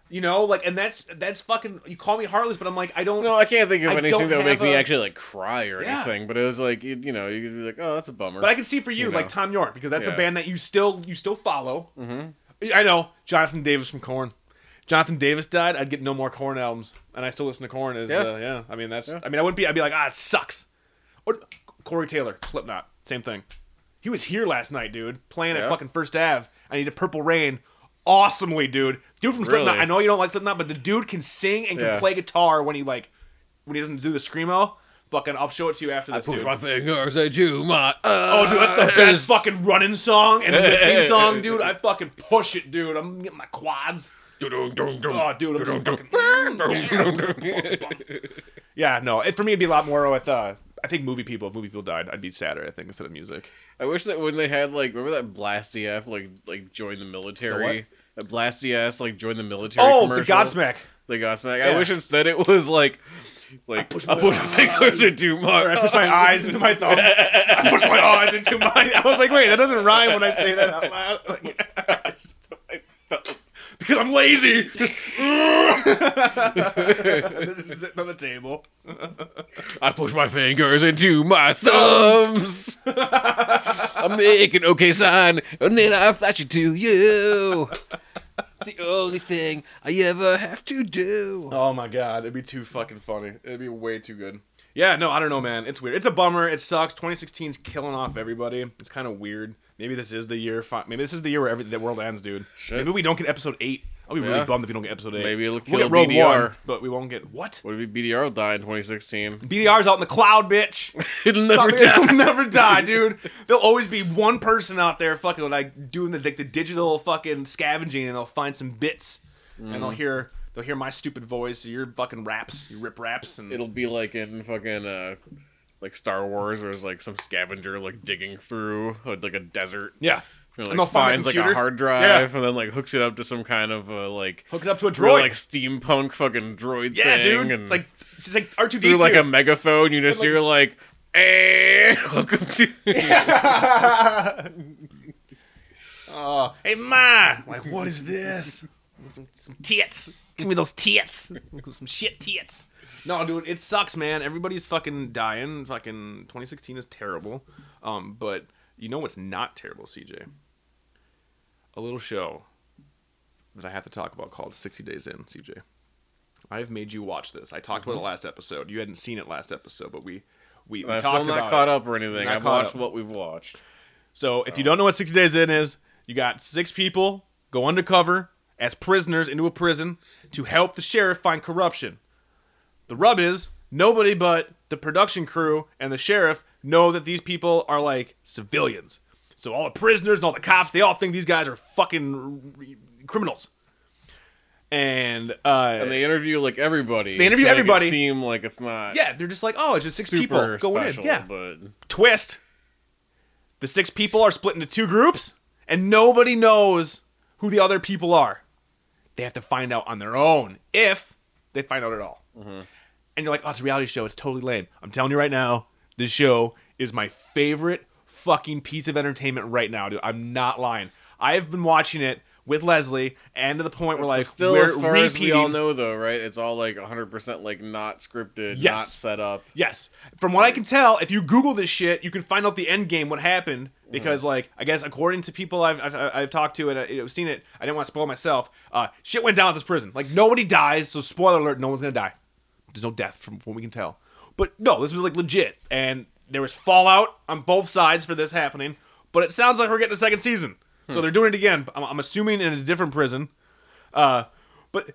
Speaker 5: you know like and that's that's fucking you call me heartless but i'm like i don't
Speaker 6: No, I can't think of
Speaker 5: I
Speaker 6: anything
Speaker 5: don't
Speaker 6: that would make
Speaker 5: have
Speaker 6: me
Speaker 5: a-
Speaker 6: actually like cry or
Speaker 5: Yeah.
Speaker 6: anything. But it was like you, you know you could be like, oh, that's a bummer.
Speaker 5: but i can see for you,
Speaker 6: You
Speaker 5: like
Speaker 6: know.
Speaker 5: tom york because that's
Speaker 6: Yeah.
Speaker 5: a band that you still you still follow mm-hmm. i know jonathan davis from corn jonathan davis died i'd get no more corn albums and i still listen to corn as yeah,
Speaker 6: Yeah.
Speaker 5: uh, yeah. i mean that's
Speaker 6: Yeah.
Speaker 5: i mean i wouldn't be i'd be like ah it sucks or corey taylor slipknot same thing he was here last night dude playing
Speaker 6: Yeah.
Speaker 5: at fucking first ave i need a purple rain awesomely dude dude from slipknot
Speaker 6: Really?
Speaker 5: i know you don't like slipknot but the dude can sing and can
Speaker 6: Yeah.
Speaker 5: play guitar when he like when he doesn't do the screamo, fucking I'll show it to you after this, dude.
Speaker 6: fingers at you, my.
Speaker 5: oh, dude, that's the best fucking running song and lifting song, dude. I fucking push it, dude. I'm getting my quads. Oh, dude, I'm just fucking. Yeah, no. It, for me, it'd be a lot more with. Uh, I think movie people. If movie people died, I'd be sadder. I think instead of music.
Speaker 6: I wish that when they had like remember that Blastieff like like joined the military. That Blastieff like joined the military.
Speaker 5: oh, the
Speaker 6: commercial.
Speaker 5: Godsmack.
Speaker 6: The Godsmack. I
Speaker 5: Yeah.
Speaker 6: wish instead it was like like I push my, fingers into my.
Speaker 5: Or I push my eyes into my thumbs. I push my eyes into my. I was like, wait, that doesn't rhyme when I say that out loud. Like, because I'm lazy. They're just sitting on the table.
Speaker 6: I push my fingers into my thumbs. I make an okay sign and then I flash it to you. It's the only thing I ever have to do.
Speaker 5: Oh my god, it'd be too fucking funny. It'd be way too good. Yeah, no, I don't know, man. It's weird. It's a bummer. It sucks. 2016's killing off everybody. It's kind of weird. Maybe this is the year. Fi- Maybe this is the year where every- the world ends, dude.
Speaker 6: Shit.
Speaker 5: Maybe we don't get episode eight. I'll be
Speaker 6: Yeah.
Speaker 5: really bummed if we don't get episode eight.
Speaker 6: Maybe it'll
Speaker 5: we'll
Speaker 6: kill
Speaker 5: get Rogue
Speaker 6: BDR.
Speaker 5: One, but we won't get what?
Speaker 6: What if BDR will die in 2016?
Speaker 5: BDR's out in the cloud, bitch.
Speaker 6: It'll never
Speaker 5: They'll
Speaker 6: die.
Speaker 5: never die, dude. There'll always be one person out there fucking like doing the like the digital fucking scavenging, and they'll find some bits, and
Speaker 6: Mm.
Speaker 5: they'll hear they'll hear my stupid voice, your fucking raps, your rip raps, and
Speaker 6: It'll be like in fucking uh, like Star Wars, where it's like some scavenger like digging through uh, like a desert.
Speaker 5: yeah, And
Speaker 6: And, like
Speaker 5: they'll find a
Speaker 6: finds like a
Speaker 5: computer.
Speaker 6: hard drive and then like hooks it up to some kind of uh, like
Speaker 5: hook it up to a
Speaker 6: real
Speaker 5: droid.
Speaker 6: like steampunk fucking droid
Speaker 5: yeah,
Speaker 6: thing.
Speaker 5: dude.
Speaker 6: And
Speaker 5: It's like it's just like R two D
Speaker 6: through
Speaker 5: two.
Speaker 6: like a megaphone, you just
Speaker 5: like-
Speaker 6: hear like, "Eh, welcome to."
Speaker 5: Oh, hey ma, like what is this? Some, some tits. Give me those tits. some shit tits. No, dude, it sucks, man. Everybody's fucking dying. Fucking 2016 is terrible. Um, but you know what's not terrible, CJ? A little show that I have to talk about called 60 Days In, CJ. I have made you watch this. I talked about it last episode. You hadn't seen it last episode, but we we, we
Speaker 6: I'm
Speaker 5: talked
Speaker 6: still not
Speaker 5: about
Speaker 6: caught
Speaker 5: it.
Speaker 6: up or anything.
Speaker 5: Not
Speaker 6: I've
Speaker 5: caught
Speaker 6: watched
Speaker 5: up.
Speaker 6: what we've watched.
Speaker 5: So, if you don't know what 60 Days In is, you got six people go undercover as prisoners into a prison to help the sheriff find corruption. The rub is nobody but the production crew and the sheriff know that these people are like civilians. So all the prisoners and all the cops, they all think these guys are fucking r- r- criminals. And uh
Speaker 6: And they interview like everybody.
Speaker 5: They interview
Speaker 6: to make it
Speaker 5: everybody.
Speaker 6: seem like it's not
Speaker 5: yeah, they're just like, "Oh, it's just six people
Speaker 6: super
Speaker 5: going
Speaker 6: special,
Speaker 5: in." Yeah.
Speaker 6: but
Speaker 5: twist the six people are split into two groups and nobody knows who the other people are they have to find out on their own if they find out at all
Speaker 6: Mm-hmm.
Speaker 5: and you're like oh it's a reality show it's totally lame i'm telling you right now this show is my favorite fucking piece of entertainment right now dude i'm not lying i've been watching it with leslie and to the point where like
Speaker 6: so still
Speaker 5: we're
Speaker 6: as far
Speaker 5: repeating
Speaker 6: as we all know though, right? It's all like 100% like not scripted,
Speaker 5: Yes.
Speaker 6: not set up.
Speaker 5: Yes. From what I can tell, if you Google this shit, you can find out the end game, what happened. Because, like, I guess according to people I've, I've, I've talked to and uh, you know, seen it, I didn't want to spoil myself. Uh, shit went down at this prison. Like, nobody dies, so spoiler alert, no one's going to die. There's no death from, from what we can tell. But no, this was, like, legit. And there was fallout on both sides for this happening. But it sounds like we're getting a second season. So they're doing it again. I'm, I'm assuming in a different prison. Uh, but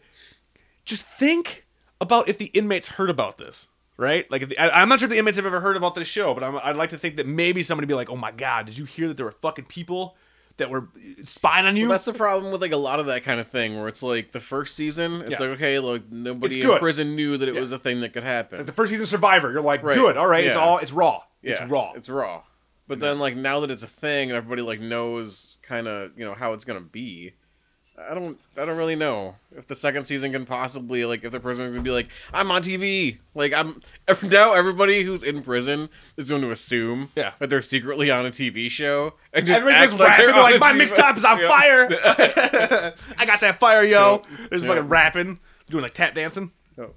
Speaker 5: just think about if the inmates heard about this, right? Like, if the, I, I'm not sure if the inmates have ever heard about this show, but I'm, I'd like to think that maybe somebody be like, "Oh my god, did you hear that there were fucking people that were spying on you?"
Speaker 6: Well, that's the problem with like a lot of that kind of thing, where it's like the first season, it's
Speaker 5: Yeah.
Speaker 6: like okay, look, nobody
Speaker 5: It's
Speaker 6: in
Speaker 5: good.
Speaker 6: prison knew that it
Speaker 5: Yeah.
Speaker 6: was a thing that could happen.
Speaker 5: like the first season of Survivor, you're like,
Speaker 6: Right.
Speaker 5: "Good, all right, it's
Speaker 6: Yeah.
Speaker 5: all it's raw,
Speaker 6: yeah,
Speaker 5: it's raw." Mm-hmm.
Speaker 6: It's raw. But then like now that it's a thing and everybody like knows kind of you know how it's gonna be. I don't. I don't really know if the second season can possibly like if the prisoner's gonna be like I'm on TV. Like I'm every, now everybody who's in prison is going to assume
Speaker 5: Yeah.
Speaker 6: that they're secretly on a TV show and just
Speaker 5: Everybody's just
Speaker 6: act like
Speaker 5: rapping.
Speaker 6: they're
Speaker 5: They're like,
Speaker 6: on
Speaker 5: "My
Speaker 6: TV."
Speaker 5: mixtape is on
Speaker 6: Yeah.
Speaker 5: fire. I got that fire, yo." They're just
Speaker 6: Yeah.
Speaker 5: fucking rapping, doing like tap dancing.
Speaker 6: Oh.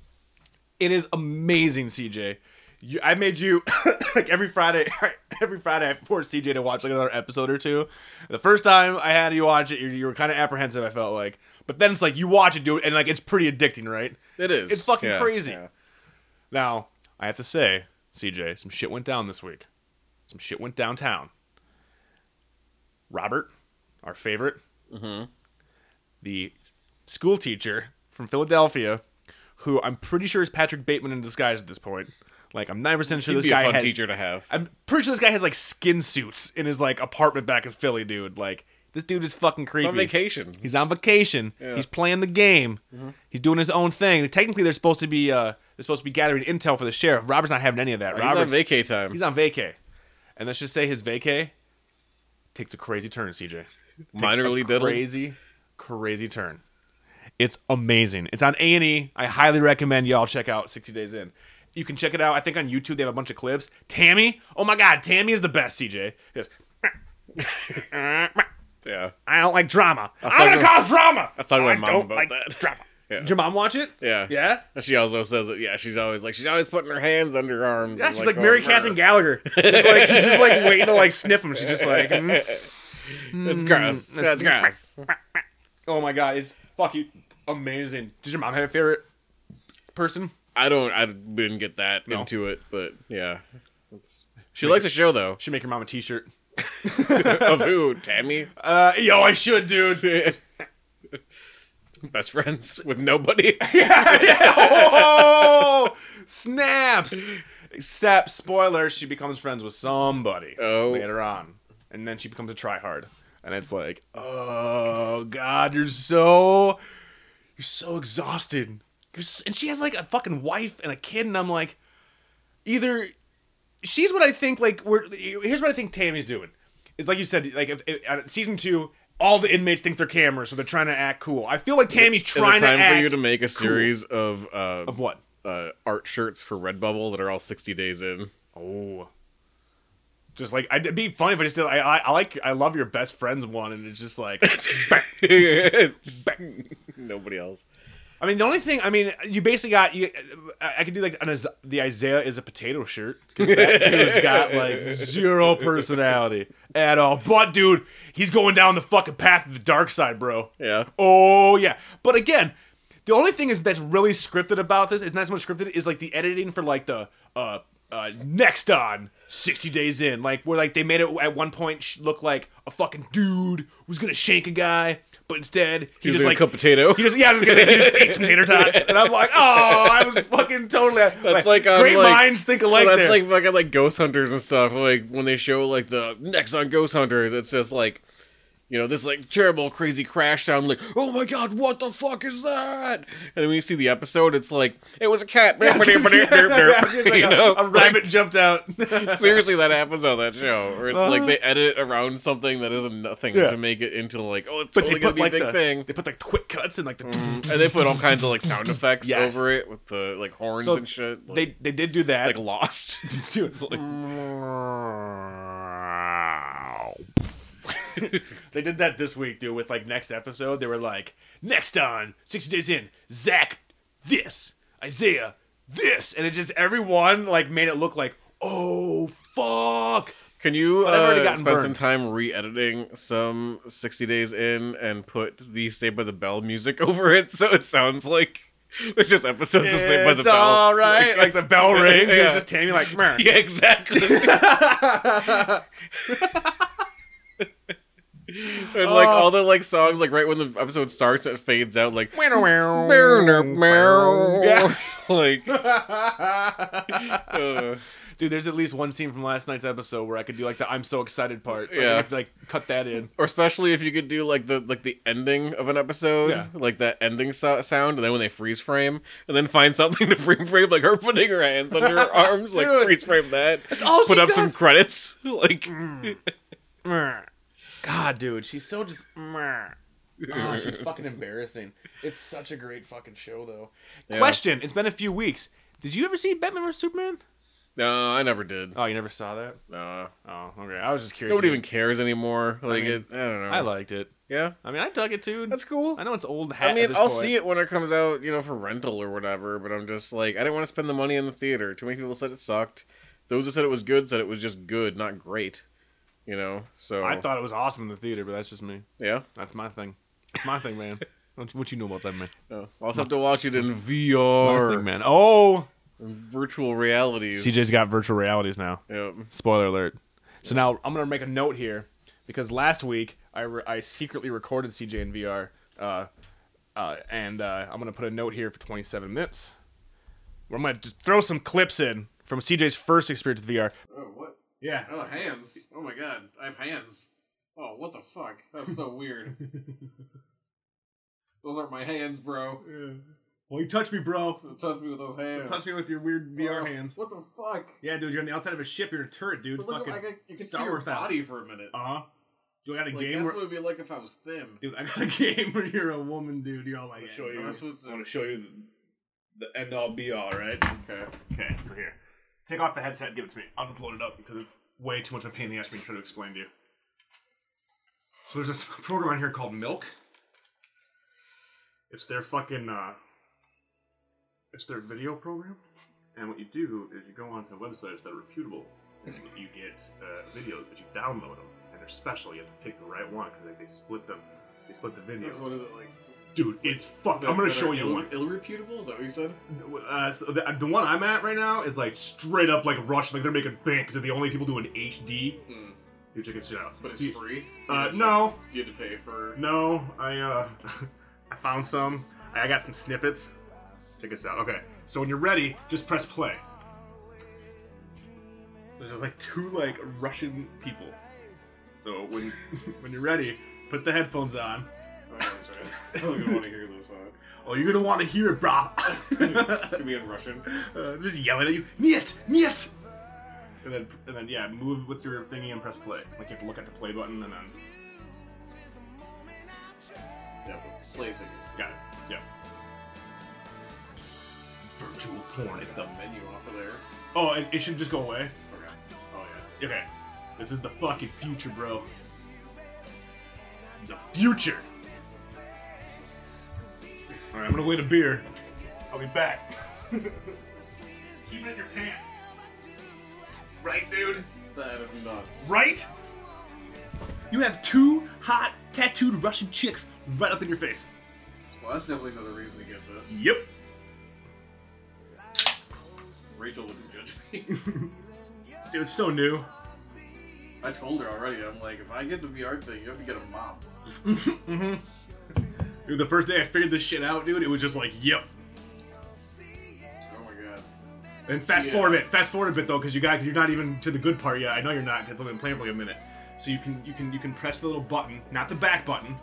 Speaker 5: It is amazing, CJ. You, I made you like every Friday. Every Friday, I forced CJ to watch like another episode or two. The first time I had you watch it, you, you were kind of apprehensive. I felt like, but then it's like you watch it, dude, and like it's pretty addicting, right?
Speaker 6: It is.
Speaker 5: It's fucking
Speaker 6: Yeah,
Speaker 5: crazy.
Speaker 6: yeah.
Speaker 5: Now I have to say, CJ, some shit went down this week. Some shit went downtown. Robert, our favorite, the school teacher from Philadelphia, who I'm pretty sure is Patrick Bateman in disguise at this point. Like I'm 90% sure
Speaker 6: He'd
Speaker 5: this
Speaker 6: be
Speaker 5: guy
Speaker 6: a fun
Speaker 5: has
Speaker 6: teacher to have.
Speaker 5: I'm pretty sure this guy has like skin suits in his like apartment back in Philly, dude. Like this dude is fucking creepy.
Speaker 6: He's on vacation.
Speaker 5: He's on vacation.
Speaker 6: Yeah. Mm-hmm.
Speaker 5: He's playing the game. He's doing his own thing. Technically, they're supposed to be uh, they're supposed to be gathering intel for the sheriff. Robert's not having any of that.
Speaker 6: He's on
Speaker 5: Robert's
Speaker 6: vacay time.
Speaker 5: he's on vacay, and let's just say his vacay takes a crazy turn. CJ,
Speaker 6: Mine
Speaker 5: Takes a
Speaker 6: really diddled.
Speaker 5: crazy, crazy turn. It's amazing. It's on A and E. I highly recommend y'all check out 60 Days In. You can check it out. I think on YouTube they have a bunch of clips. Tammy, oh my God, Tammy is the best. CJ, She goes,
Speaker 6: Yeah.
Speaker 5: I don't like drama.
Speaker 6: talking
Speaker 5: I'm gonna
Speaker 6: to-
Speaker 5: cause drama.
Speaker 6: I was talking to my
Speaker 5: I
Speaker 6: mom
Speaker 5: don't
Speaker 6: about
Speaker 5: like
Speaker 6: that.
Speaker 5: drama.
Speaker 6: Yeah.
Speaker 5: Did your mom watch it?
Speaker 6: Yeah.
Speaker 5: Yeah.
Speaker 6: And she also says that yeah, she's always like she's always putting her hands under her arms.
Speaker 5: Yeah,
Speaker 6: and,
Speaker 5: she's like, Mary
Speaker 6: going,
Speaker 5: Catherine
Speaker 6: "Brr."
Speaker 5: Gallagher. It's like she's just like waiting to like sniff him. She's just like, mm.
Speaker 6: That's gross. That's, gross.
Speaker 5: oh my god, it's fucking amazing. Did your mom have a favorite person?
Speaker 6: I don't I didn't get that into it, but yeah. It's, she
Speaker 5: Make
Speaker 6: likes a show though.
Speaker 5: Should make your mom a T-shirt.
Speaker 6: of who? Tammy?
Speaker 5: Uh, yo, I should, dude.
Speaker 6: Best friends with nobody.
Speaker 5: oh, snaps. Except, spoiler, she becomes friends with somebody
Speaker 6: Oh.
Speaker 5: later on. And then she becomes a tryhard. And it's like, oh, God, you're so, you're so exhausted. You're s and she has like a fucking wife and a kid. And I'm like, either she's what I think, like, we're, here's what I think Tammy's doing. It's like you said, like, if, if, uh, season two, all the inmates think they're cameras, so they're trying to act cool. I feel like Tammy's
Speaker 6: Is it
Speaker 5: trying
Speaker 6: time
Speaker 5: to act
Speaker 6: for you to make a series of uh,
Speaker 5: of what?
Speaker 6: uh art shirts for Redbubble that are all sixty days in?
Speaker 5: Oh. Just like I- it'd be funny if I just did. I, I I like I love your best friends one, and it's just like
Speaker 6: It's- Nobody else.
Speaker 5: I mean, the only thing I mean, you basically got you. I I could do like an, Is- the Isaiah is a potato shirt because that dude's got like zero personality at all. But dude, he's going down the fucking path of the dark side, bro.
Speaker 6: Yeah.
Speaker 5: Oh yeah. But again, the only thing is that's really scripted about this is not so much scripted is like the editing for like the uh uh next on 60 days in like where like they made it at one point sh- look like a fucking dude was gonna shank a guy but instead he
Speaker 6: He was
Speaker 5: just
Speaker 6: like a
Speaker 5: like
Speaker 6: cup potato.
Speaker 5: he just yeah I was gonna say he just ate some tater tots and I'm like oh I was fucking totally
Speaker 6: That's like, um,
Speaker 5: great
Speaker 6: like-
Speaker 5: minds think alike
Speaker 6: Well,
Speaker 5: there
Speaker 6: that's like fucking like ghost hunters and stuff. Like when they show like the next on ghost hunters, it's just like, you know, this like terrible crazy crash sound. Like, oh my god, what the fuck is that? And then when you see the episode, it's like it was a cat.
Speaker 5: like
Speaker 6: You
Speaker 5: a,
Speaker 6: know,
Speaker 5: a rabbit jumped out
Speaker 6: seriously, that happens on that show. Or it's like they edit around something that isn't nothing
Speaker 5: Uh-huh. Yeah.
Speaker 6: to make it into like, oh, it's
Speaker 5: but they
Speaker 6: totally gonna
Speaker 5: put
Speaker 6: be
Speaker 5: like
Speaker 6: a big
Speaker 5: the,
Speaker 6: thing. Mm-hmm.
Speaker 5: they put like quick cuts and like the
Speaker 6: and they put all kinds of like sound effects
Speaker 5: Yes.
Speaker 6: over it with the like horns
Speaker 5: So
Speaker 6: and shit. Like,
Speaker 5: they they did do that
Speaker 6: like lost.
Speaker 5: Dude, they did that this week, dude, with like next episode. They were like, next on 60 Days In, Zach, this, Isaiah, this. And it just, everyone like made it look like, oh, fuck.
Speaker 6: Can you
Speaker 5: I've already
Speaker 6: uh,
Speaker 5: gotten
Speaker 6: spend
Speaker 5: burned.
Speaker 6: some time re-editing some 60 Days In and put the Saved by the Bell music over it so it sounds like it's just episodes of Saved by the
Speaker 5: It's
Speaker 6: Bell.
Speaker 5: all right. Like the bell rings. It was
Speaker 6: Yeah.
Speaker 5: just Tammy like, "Meh."
Speaker 6: yeah, exactly. and like
Speaker 5: Oh.
Speaker 6: all the like songs, like right when the episode starts, it fades out. Like
Speaker 5: Yeah.
Speaker 6: like. uh,
Speaker 5: dude, there's at least one scene from last night's episode where I could do like the I'm so excited part. Like, I
Speaker 6: Yeah.
Speaker 5: could, like cut that in.
Speaker 6: or especially if you could do like the like the ending of an episode,
Speaker 5: Yeah.
Speaker 6: like that ending so- sound, and then when they freeze frame, and then find something to frame frame, like her putting her hands under her arms, like
Speaker 5: Dude.
Speaker 6: freeze frame that.
Speaker 5: all
Speaker 6: Put
Speaker 5: she
Speaker 6: up some
Speaker 5: does. Mm.
Speaker 6: credits, like
Speaker 5: Meh. God, dude, she's so just. meh. Oh, she's fucking embarrassing. It's such a great fucking show, though. Question: It's been a few weeks. Did you ever see Batman vs Superman?
Speaker 6: no, I never did.
Speaker 5: Oh, you never saw that.
Speaker 6: No,
Speaker 5: Oh, okay. I was just curious.
Speaker 6: nobody even cares anymore. Like I,
Speaker 5: mean,
Speaker 6: it, I don't know.
Speaker 5: I liked it.
Speaker 6: yeah,
Speaker 5: I mean, I dug it too.
Speaker 6: that's cool.
Speaker 5: I know it's old hat.
Speaker 6: I mean, I'll see it when it comes out, you know, for rental or whatever. But I'm just like, I didn't want to spend the money in the theater. Too many people said it sucked. Those who said it was good said it was just good, not great. You know, so
Speaker 5: I thought it was awesome in the theater, but that's just me.
Speaker 6: yeah.
Speaker 5: That's my thing. It's my thing, man. What, what you know about that, man?
Speaker 6: Oh, I'll also have to watch it in
Speaker 5: My
Speaker 6: VR,
Speaker 5: thing, man. Oh,
Speaker 6: virtual realities.
Speaker 5: CJ's got virtual realities now.
Speaker 6: Yep.
Speaker 5: Spoiler alert. So now I'm gonna make a note here because last week I, re- I secretly recorded CJ in VR, uh, uh, and uh, I'm gonna put a note here for 27 minutes. Where I'm gonna just throw some clips in from CJ's first experience with VR.
Speaker 6: Oh what?
Speaker 5: Yeah.
Speaker 6: Oh hands! Oh my god, I have hands! Oh what the fuck? That's so weird. Those aren't my hands, bro.
Speaker 5: Well, you touched me, bro.
Speaker 6: Touch me with those hands. Oh,
Speaker 5: with your weird
Speaker 6: What the fuck?
Speaker 5: Yeah, dude, you're on the outside of a ship. You're in a turret, dude.
Speaker 6: for a minute.
Speaker 5: huh. Do I got a
Speaker 6: Like that's what it would be like if I was thin.
Speaker 5: dude? I got a game where you're a woman, dude. You're all like,
Speaker 6: show you- I'm supposed to- I'm gonna
Speaker 5: show you the, the end all be all, right?
Speaker 6: Okay.
Speaker 5: Okay, so here. Take off the headset and give it to me. I'll just load it up because it's way too much of a pain in the ass for me to try to explain to you. So there's this program on here called Milk. It's their fucking uh it's their video program. And what you do is you go onto websites that are reputable and you get uh, videos, but you download them and they're special. You have to pick the right one because like, they split them. They split the videos.
Speaker 6: What is it like?
Speaker 5: Dude, it's fucked. I'm gonna show you one.
Speaker 6: Ill reputable. Is that what you said?
Speaker 5: Uh, so the, the one I'm at right now is like straight up like Rush, like they're making bank. They're the only people doing HD.
Speaker 6: Mm.
Speaker 5: Dude, check this shit out.
Speaker 6: But it's
Speaker 5: See-
Speaker 6: free.
Speaker 5: Uh, no,
Speaker 6: You had to pay for.
Speaker 5: no, I uh, I found some. I I got some snippets. Check this out. Okay, so when you're ready, just press play. There's just like two like Russian people. So when when you're ready, put the headphones on.
Speaker 6: Oh, that's right. I don't even want to hear this one.
Speaker 5: Oh, you're gonna want to hear it,
Speaker 6: It's
Speaker 5: brah.
Speaker 6: gonna be in Russian.
Speaker 5: uh, just yelling at you, Niet! Niet! And then, and then, yeah, move with your thingy and press play. Like, you have to look at the play button and then.
Speaker 6: Yeah, but play thing.
Speaker 5: Got it. Yep. Virtual porn.
Speaker 6: Like the menu off of there.
Speaker 5: Oh, and it should just go away.
Speaker 6: Okay. Oh yeah.
Speaker 5: Okay. This is the fucking future, bro. This is the future! I'm gonna wait a beer. I'll be back. Keep it in your pants. Right, dude.
Speaker 6: That is nuts.
Speaker 5: Right? You have two hot tattooed Russian chicks right up in your face.
Speaker 6: Well, that's definitely another reason to get this.
Speaker 5: Yep.
Speaker 6: Rachel wouldn't judge me.
Speaker 5: Dude, it's so new.
Speaker 6: I told her already. I'm like, if I get the VR thing, you have to get a mop.
Speaker 5: Dude, the first day I figured this shit out, dude, it was just like, yep.
Speaker 6: Oh my god.
Speaker 5: And fast
Speaker 6: Yeah.
Speaker 5: forward a bit, fast forward a bit though, because you got, cause you're not even to the good part yet. I know you're not, because I've been playing for like a minute. So you can, you can, you can press the little button, not the back button,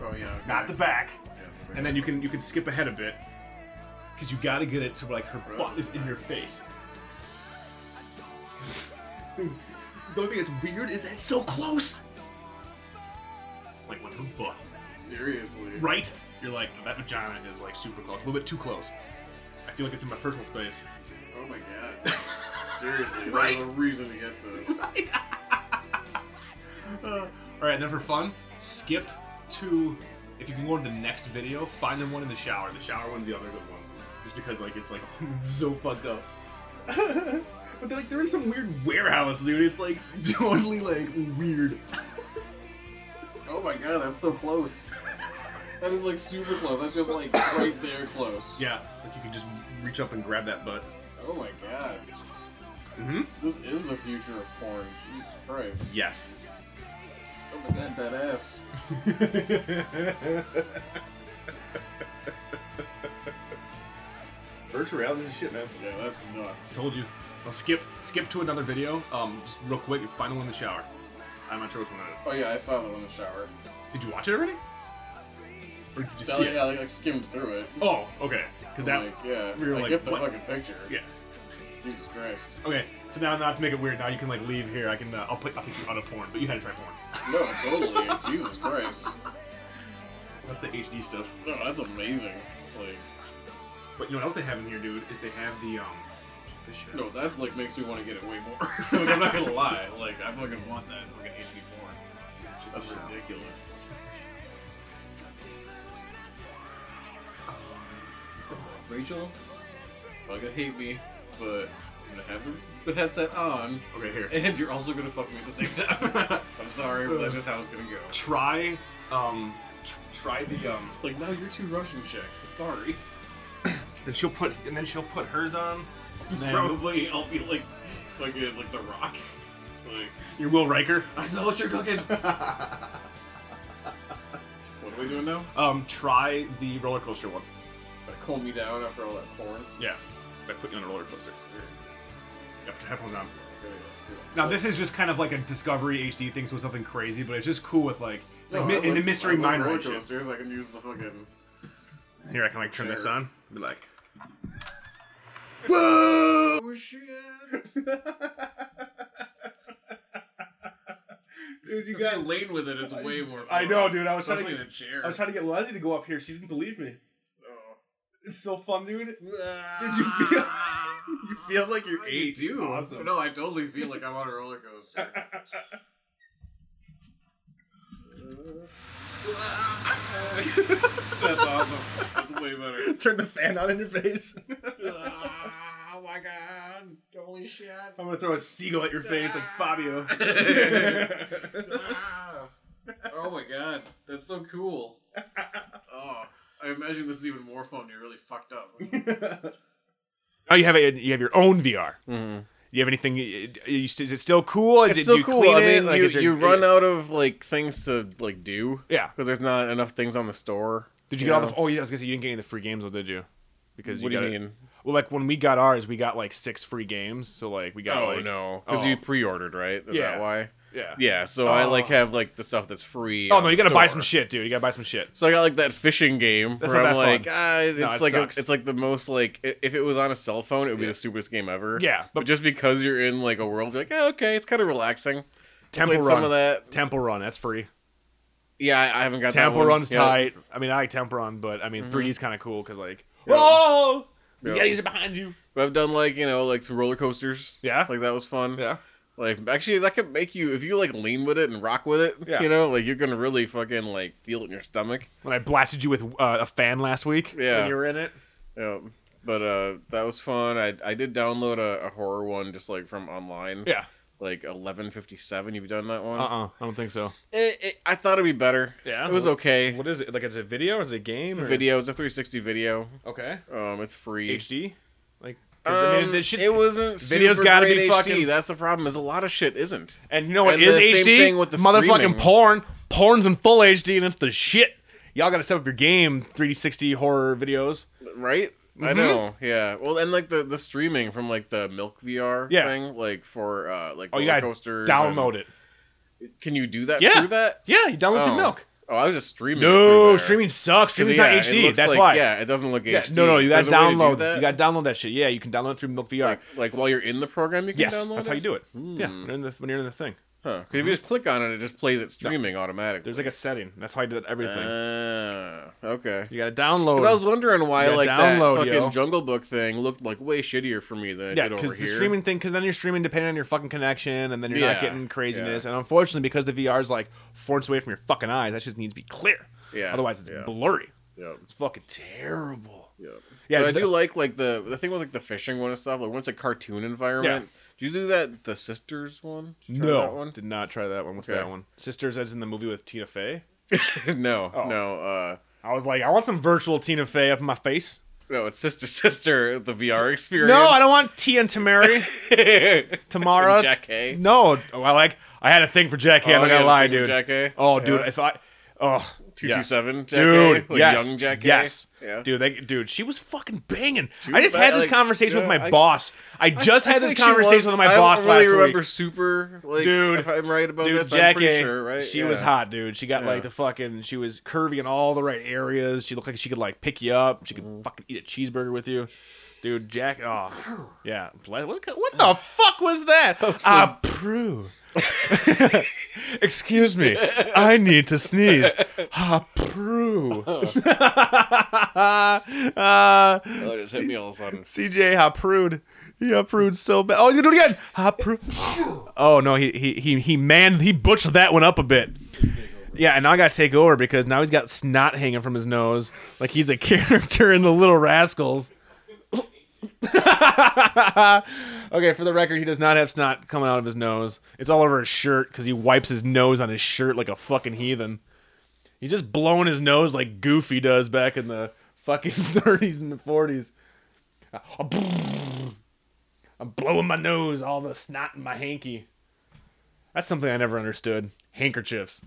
Speaker 6: Oh yeah. Okay.
Speaker 5: not the back,
Speaker 6: Yeah,
Speaker 5: and then you can, you can skip ahead a bit, because you gotta get it to like her
Speaker 6: Bro,
Speaker 5: butt is in your face. Dude, the only thing that's weird is that it's so close. Like when her butt,
Speaker 6: seriously.
Speaker 5: right? You're like that vagina is like super close, a little bit too close. I feel like it's in my personal space.
Speaker 6: Oh my god. Seriously,
Speaker 5: Right?
Speaker 6: there's a reason to get this.
Speaker 5: All right, Uh, then for fun, skip to if you can go to the next video, find the one in the shower. The shower one's the other good one, just because like it's like so fucked up. but they're like they're in some weird warehouse, dude. It's like totally like weird.
Speaker 6: Oh my god, that's so close. That is like super close. That's just like right there close.
Speaker 5: Yeah, like you can just reach up and grab that butt.
Speaker 6: Oh my god.
Speaker 5: Mhm.
Speaker 6: This is the future of porn. Jesus Christ.
Speaker 5: Yes.
Speaker 6: Oh my god, badass.
Speaker 5: Virtual reality is shit, man.
Speaker 6: Yeah, that's nuts.
Speaker 5: Told you. I'll skip skip to another video. Um, just real quick, final one in the shower. I'm not sure which one that is.
Speaker 6: Oh yeah, I saw that in the shower.
Speaker 5: Did you watch it already? Or did you
Speaker 6: Yeah,
Speaker 5: see it?
Speaker 6: I like, like skimmed through it.
Speaker 5: Oh, okay. Because that.
Speaker 6: like, yeah,
Speaker 5: we were
Speaker 6: I
Speaker 5: like,
Speaker 6: get the
Speaker 5: what?
Speaker 6: fucking picture.
Speaker 5: Yeah.
Speaker 6: Jesus Christ.
Speaker 5: Okay. So now, not to make it weird, now you can like leave here. I can. Uh, I'll put. I'll take you out of porn, but you had to try porn.
Speaker 6: No, totally. Jesus Christ.
Speaker 5: That's the HD stuff.
Speaker 6: No, that's amazing. Like,
Speaker 5: But you know what else they have in here, dude? Is they have the um. The shit.
Speaker 6: no, that like makes me want to get it way more. like, I'm not gonna lie. Like, I fucking want that fucking HD porn. That's ridiculous. Rachel, fucking hate me, but I'm gonna have the- the headset on,
Speaker 5: Okay, here.
Speaker 6: and you're also gonna fuck me at the same time. I'm sorry, but that's just how it's gonna go.
Speaker 5: Try. Um. tr- Try the um.
Speaker 6: It's like, now you're two Russian chicks. Sorry.
Speaker 5: Then she'll put. And then she'll put hers on. And then
Speaker 6: Probably I'll be like, fucking like the Rock. Like,
Speaker 5: You're Will Riker.
Speaker 6: I smell what you're cooking. what are we doing now?
Speaker 5: Um. Try the roller coaster one.
Speaker 6: Try to calm me down after all that porn.
Speaker 5: Yeah. I put you on a roller coaster. Yeah, put your headphones on.
Speaker 6: Good, good.
Speaker 5: Now this is just kind of like a Discovery HD thing, so it's nothing crazy, but it's just cool with like,
Speaker 6: No,
Speaker 5: like mi-
Speaker 6: I
Speaker 5: in the
Speaker 6: like-
Speaker 5: mystery
Speaker 6: I like
Speaker 5: mind
Speaker 6: roller
Speaker 5: ride shit.
Speaker 6: coasters. I can use the fucking.
Speaker 5: Here I can like turn this
Speaker 6: Sure.
Speaker 5: on. Be like,
Speaker 6: Oh shit! Dude, you got lane with it. It's way more.
Speaker 5: I
Speaker 6: fun.
Speaker 5: know, dude. I was trying to
Speaker 6: Especially
Speaker 5: get-
Speaker 6: in a chair.
Speaker 5: I was trying to get Leslie to go up here. She didn't believe me. Oh. It's so fun, dude.
Speaker 6: Did
Speaker 5: you feel- You feel like you're
Speaker 6: I
Speaker 5: eight.
Speaker 6: do.
Speaker 5: It's awesome.
Speaker 6: No, I totally feel like I'm on a roller coaster. That's awesome. That's way better.
Speaker 5: Turn the fan on in your face.
Speaker 6: oh my god! Holy shit!
Speaker 5: I'm gonna throw a seagull at your face like Fabio.
Speaker 6: Ah. oh my god, that's so cool. Oh, I imagine this is even more fun. when You're really fucked up.
Speaker 5: now Oh, you have a, you have your own VR. You have anything? you- you- Is it still cool?
Speaker 7: Mm-hmm. It's
Speaker 5: Did
Speaker 7: still
Speaker 5: you
Speaker 7: cool.
Speaker 5: clean
Speaker 7: I
Speaker 5: it?
Speaker 7: mean,
Speaker 5: Like,
Speaker 7: you,
Speaker 5: is your-
Speaker 7: you run out of like things to like do.
Speaker 5: Yeah.
Speaker 7: because there's not enough things on the store.
Speaker 5: Did you, get all the?
Speaker 7: know?
Speaker 5: Oh, yeah. I was gonna say you didn't get any of the free games, though, did you? Because
Speaker 7: What do
Speaker 5: got
Speaker 7: you
Speaker 5: it-
Speaker 7: mean?
Speaker 5: Well, like when we got ours, we got like six free games. So like we got
Speaker 7: Oh
Speaker 5: like
Speaker 7: no, because
Speaker 5: Oh.
Speaker 7: you pre-ordered, right? Is
Speaker 5: Yeah.
Speaker 7: that why?
Speaker 5: yeah
Speaker 7: Yeah, so I like
Speaker 5: Oh.
Speaker 7: have like the stuff that's free.
Speaker 5: Oh
Speaker 7: on
Speaker 5: no, you
Speaker 7: the
Speaker 5: gotta buy
Speaker 7: store.
Speaker 5: some shit, dude. You gotta buy some shit.
Speaker 7: So I got like that fishing game
Speaker 5: That's
Speaker 7: where
Speaker 5: not
Speaker 7: I'm
Speaker 5: that
Speaker 7: like,
Speaker 5: fun.
Speaker 7: ah, it's
Speaker 5: No, it
Speaker 7: like a-
Speaker 5: sucks.
Speaker 7: it's like the most like i- if it was on a cell phone, it would be the stupidest game ever.
Speaker 5: Yeah,
Speaker 7: but,
Speaker 5: but-
Speaker 7: just because you're in like a world, you're like, "Yeah, okay, it's kind of relaxing.
Speaker 5: Temple
Speaker 7: Played
Speaker 5: Run.
Speaker 7: some of that.
Speaker 5: Temple Run, that's free.
Speaker 7: Yeah, I, I haven't got that
Speaker 5: Temple
Speaker 7: one.
Speaker 5: Mm-hmm. Run's
Speaker 7: Yeah.
Speaker 5: tight. I mean, I like Temple Run, but I mean, 3D's kind of cool because like,
Speaker 7: Yeah.
Speaker 5: oh,
Speaker 7: Yeah.
Speaker 5: the Yetis are behind you.
Speaker 7: But I've done like you know like some roller coasters.
Speaker 5: Yeah.
Speaker 7: like that was fun.
Speaker 6: Like actually, that could make you if you like lean with it and rock with it.
Speaker 5: Yeah.
Speaker 6: You know, like you're gonna really fucking like feel it in your stomach.
Speaker 5: When I blasted you with uh, a fan last week,
Speaker 6: Yeah.
Speaker 5: when you were in it,
Speaker 6: You know, But uh, that was fun. I I did download a, a horror one just like from online.
Speaker 5: yeah.
Speaker 6: Like eleven fifty seven. You've done that one.
Speaker 5: Uh uh I don't think so.
Speaker 6: It, it, I thought it'd be better.
Speaker 5: Yeah?
Speaker 6: It was
Speaker 5: What-
Speaker 6: okay.
Speaker 5: What is it? Like, is it video? Or is it a game?
Speaker 6: It's a
Speaker 5: or-
Speaker 6: video. It's a 360 video.
Speaker 5: Okay.
Speaker 6: Um, it's free.
Speaker 5: HD. Like, 'cause, I
Speaker 6: Um,
Speaker 5: mean, this shit's-
Speaker 6: it wasn't.
Speaker 5: video's
Speaker 6: super
Speaker 5: gotta be
Speaker 6: great
Speaker 5: fucking-
Speaker 6: HD. That's the problem. Is a lot of shit isn't.
Speaker 5: And you know what
Speaker 6: And
Speaker 5: is
Speaker 6: the same
Speaker 5: HD?
Speaker 6: thing with the
Speaker 5: Motherfucking
Speaker 6: streaming.
Speaker 5: porn. Porn's in full HD and it's the shit. Y'all gotta step up your game, 360 horror videos.
Speaker 6: Right?
Speaker 5: Mm-hmm.
Speaker 6: I know. Yeah. Well, and like the the streaming from like the Milk VR
Speaker 5: Yeah.
Speaker 6: thing, like for uh like
Speaker 5: Oh, you
Speaker 6: roller
Speaker 5: gotta
Speaker 6: coasters.
Speaker 5: download it.
Speaker 6: it. Can you do that
Speaker 5: Yeah.
Speaker 6: through that?
Speaker 5: Yeah, you download
Speaker 6: Oh.
Speaker 5: through Milk.
Speaker 6: Oh, I was just streaming. it through
Speaker 5: No,
Speaker 6: there.
Speaker 5: streaming sucks.
Speaker 6: 'Cause,
Speaker 5: Streaming's
Speaker 6: yeah,
Speaker 5: not
Speaker 6: it
Speaker 5: HD.
Speaker 6: looks
Speaker 5: That's
Speaker 6: like-
Speaker 5: why.
Speaker 6: Yeah, it doesn't look
Speaker 5: Yeah,
Speaker 6: HD.
Speaker 5: No, no, you gotta
Speaker 6: There's a way to do
Speaker 5: download.
Speaker 6: that.
Speaker 5: You gotta download that shit. Yeah, you can download it through Milk VR.
Speaker 6: like, like while you're in the program, you can
Speaker 5: yes,
Speaker 6: download. Hmm.
Speaker 5: that's how you do it. Mm-hmm. Yeah, when you're in the, when you're in the thing,
Speaker 6: Huh. 'Cause If you just click on it, it just plays it streaming automatically.
Speaker 5: there's like a setting. That's how I did everything.
Speaker 6: Ah, okay.
Speaker 5: you gotta download.
Speaker 6: Because I was wondering why
Speaker 5: Yeah,
Speaker 6: like
Speaker 5: download,
Speaker 6: that fucking
Speaker 5: yo.
Speaker 6: Jungle Book thing looked like way shittier for me than it
Speaker 5: yeah,
Speaker 6: did over
Speaker 5: because
Speaker 6: here.
Speaker 5: the streaming thing, because then you're streaming depending on your fucking connection, and then you're
Speaker 6: Yeah,
Speaker 5: not getting craziness. And unfortunately, because the VR is like four inches away from your fucking eyes, that just needs to be clear.
Speaker 6: Yeah,
Speaker 5: Otherwise, it's
Speaker 6: yeah.
Speaker 5: blurry.
Speaker 6: Yep,
Speaker 5: It's fucking terrible.
Speaker 6: yep.
Speaker 5: Yeah,
Speaker 6: but I
Speaker 5: the-
Speaker 6: do like like the the thing with like the fishing one and stuff. Like once a cartoon environment. Did you do that the sisters one? Did you try
Speaker 5: no,
Speaker 6: that one?
Speaker 5: did not try that one. What's
Speaker 6: Okay.
Speaker 5: that one? Sisters, as in the movie with Tina Fey.
Speaker 6: no,
Speaker 5: Oh.
Speaker 6: no, uh,
Speaker 5: I was like, I want some virtual Tina Fey up in my face.
Speaker 6: no. It's sister sister the VR experience.
Speaker 5: No, I don't want Tia and Tamari.
Speaker 6: want
Speaker 5: Tamara.
Speaker 6: Jack Hay.
Speaker 5: No, oh, I like. I had a thing for Jack Hay.
Speaker 6: Oh,
Speaker 5: I'm not
Speaker 6: you had
Speaker 5: gonna
Speaker 6: a
Speaker 5: lie,
Speaker 6: thing for
Speaker 5: dude.
Speaker 6: Jack Hay?
Speaker 5: Oh, dude,
Speaker 6: Yeah.
Speaker 5: if I. Oh,
Speaker 6: Two two
Speaker 5: yes.
Speaker 6: seven,
Speaker 5: dude.
Speaker 6: Like
Speaker 5: yes,
Speaker 6: young Jack. Hay?
Speaker 5: yes,
Speaker 6: yeah.
Speaker 5: dude. They, dude, she was fucking banging.
Speaker 6: She
Speaker 5: I
Speaker 6: was
Speaker 5: just had
Speaker 6: ba-
Speaker 5: this
Speaker 6: like,
Speaker 5: conversation
Speaker 6: yeah,
Speaker 5: with my
Speaker 6: I-
Speaker 5: boss. I just
Speaker 6: I
Speaker 5: had this
Speaker 6: think she was-
Speaker 5: conversation with my boss
Speaker 6: I don't really
Speaker 5: last
Speaker 6: remember
Speaker 5: week.
Speaker 6: super, like,
Speaker 5: Dude.
Speaker 6: if I'm right about
Speaker 5: Dude,
Speaker 6: this,
Speaker 5: Jack
Speaker 6: I'm pretty
Speaker 5: A,
Speaker 6: sure, right?
Speaker 5: she was
Speaker 6: Yeah.
Speaker 5: hot, dude. She got
Speaker 6: Yeah.
Speaker 5: like the fucking. She was curvy in all the right areas. She looked like she could like pick you up. She could
Speaker 6: Mm-hmm.
Speaker 5: fucking eat a cheeseburger with you, dude. Jack, oh yeah. Ble- What, the- what the fuck was that?
Speaker 6: Oh,
Speaker 5: Ah, prue. Excuse me, I need to sneeze. Ah, prue. Ah,
Speaker 6: Oh, it just hit me all of a sudden.
Speaker 5: CJ Haprude. He Haprude so bad. Oh, you do it again. Haprude. Oh no, he he he he man he butchered that one up a bit. Yeah, and now I gotta take over because now he's got snot hanging from his nose, like he's a character in The Little Rascals. okay, for the record, he does not have snot coming out of his nose. It's all over his shirt because he wipes his nose on his shirt like a fucking heathen. He's just blowing his nose like Goofy does back in the fucking 30s and the 40s. I'm blowing my nose, all the snot in my hanky. That's something I never understood. Handkerchiefs.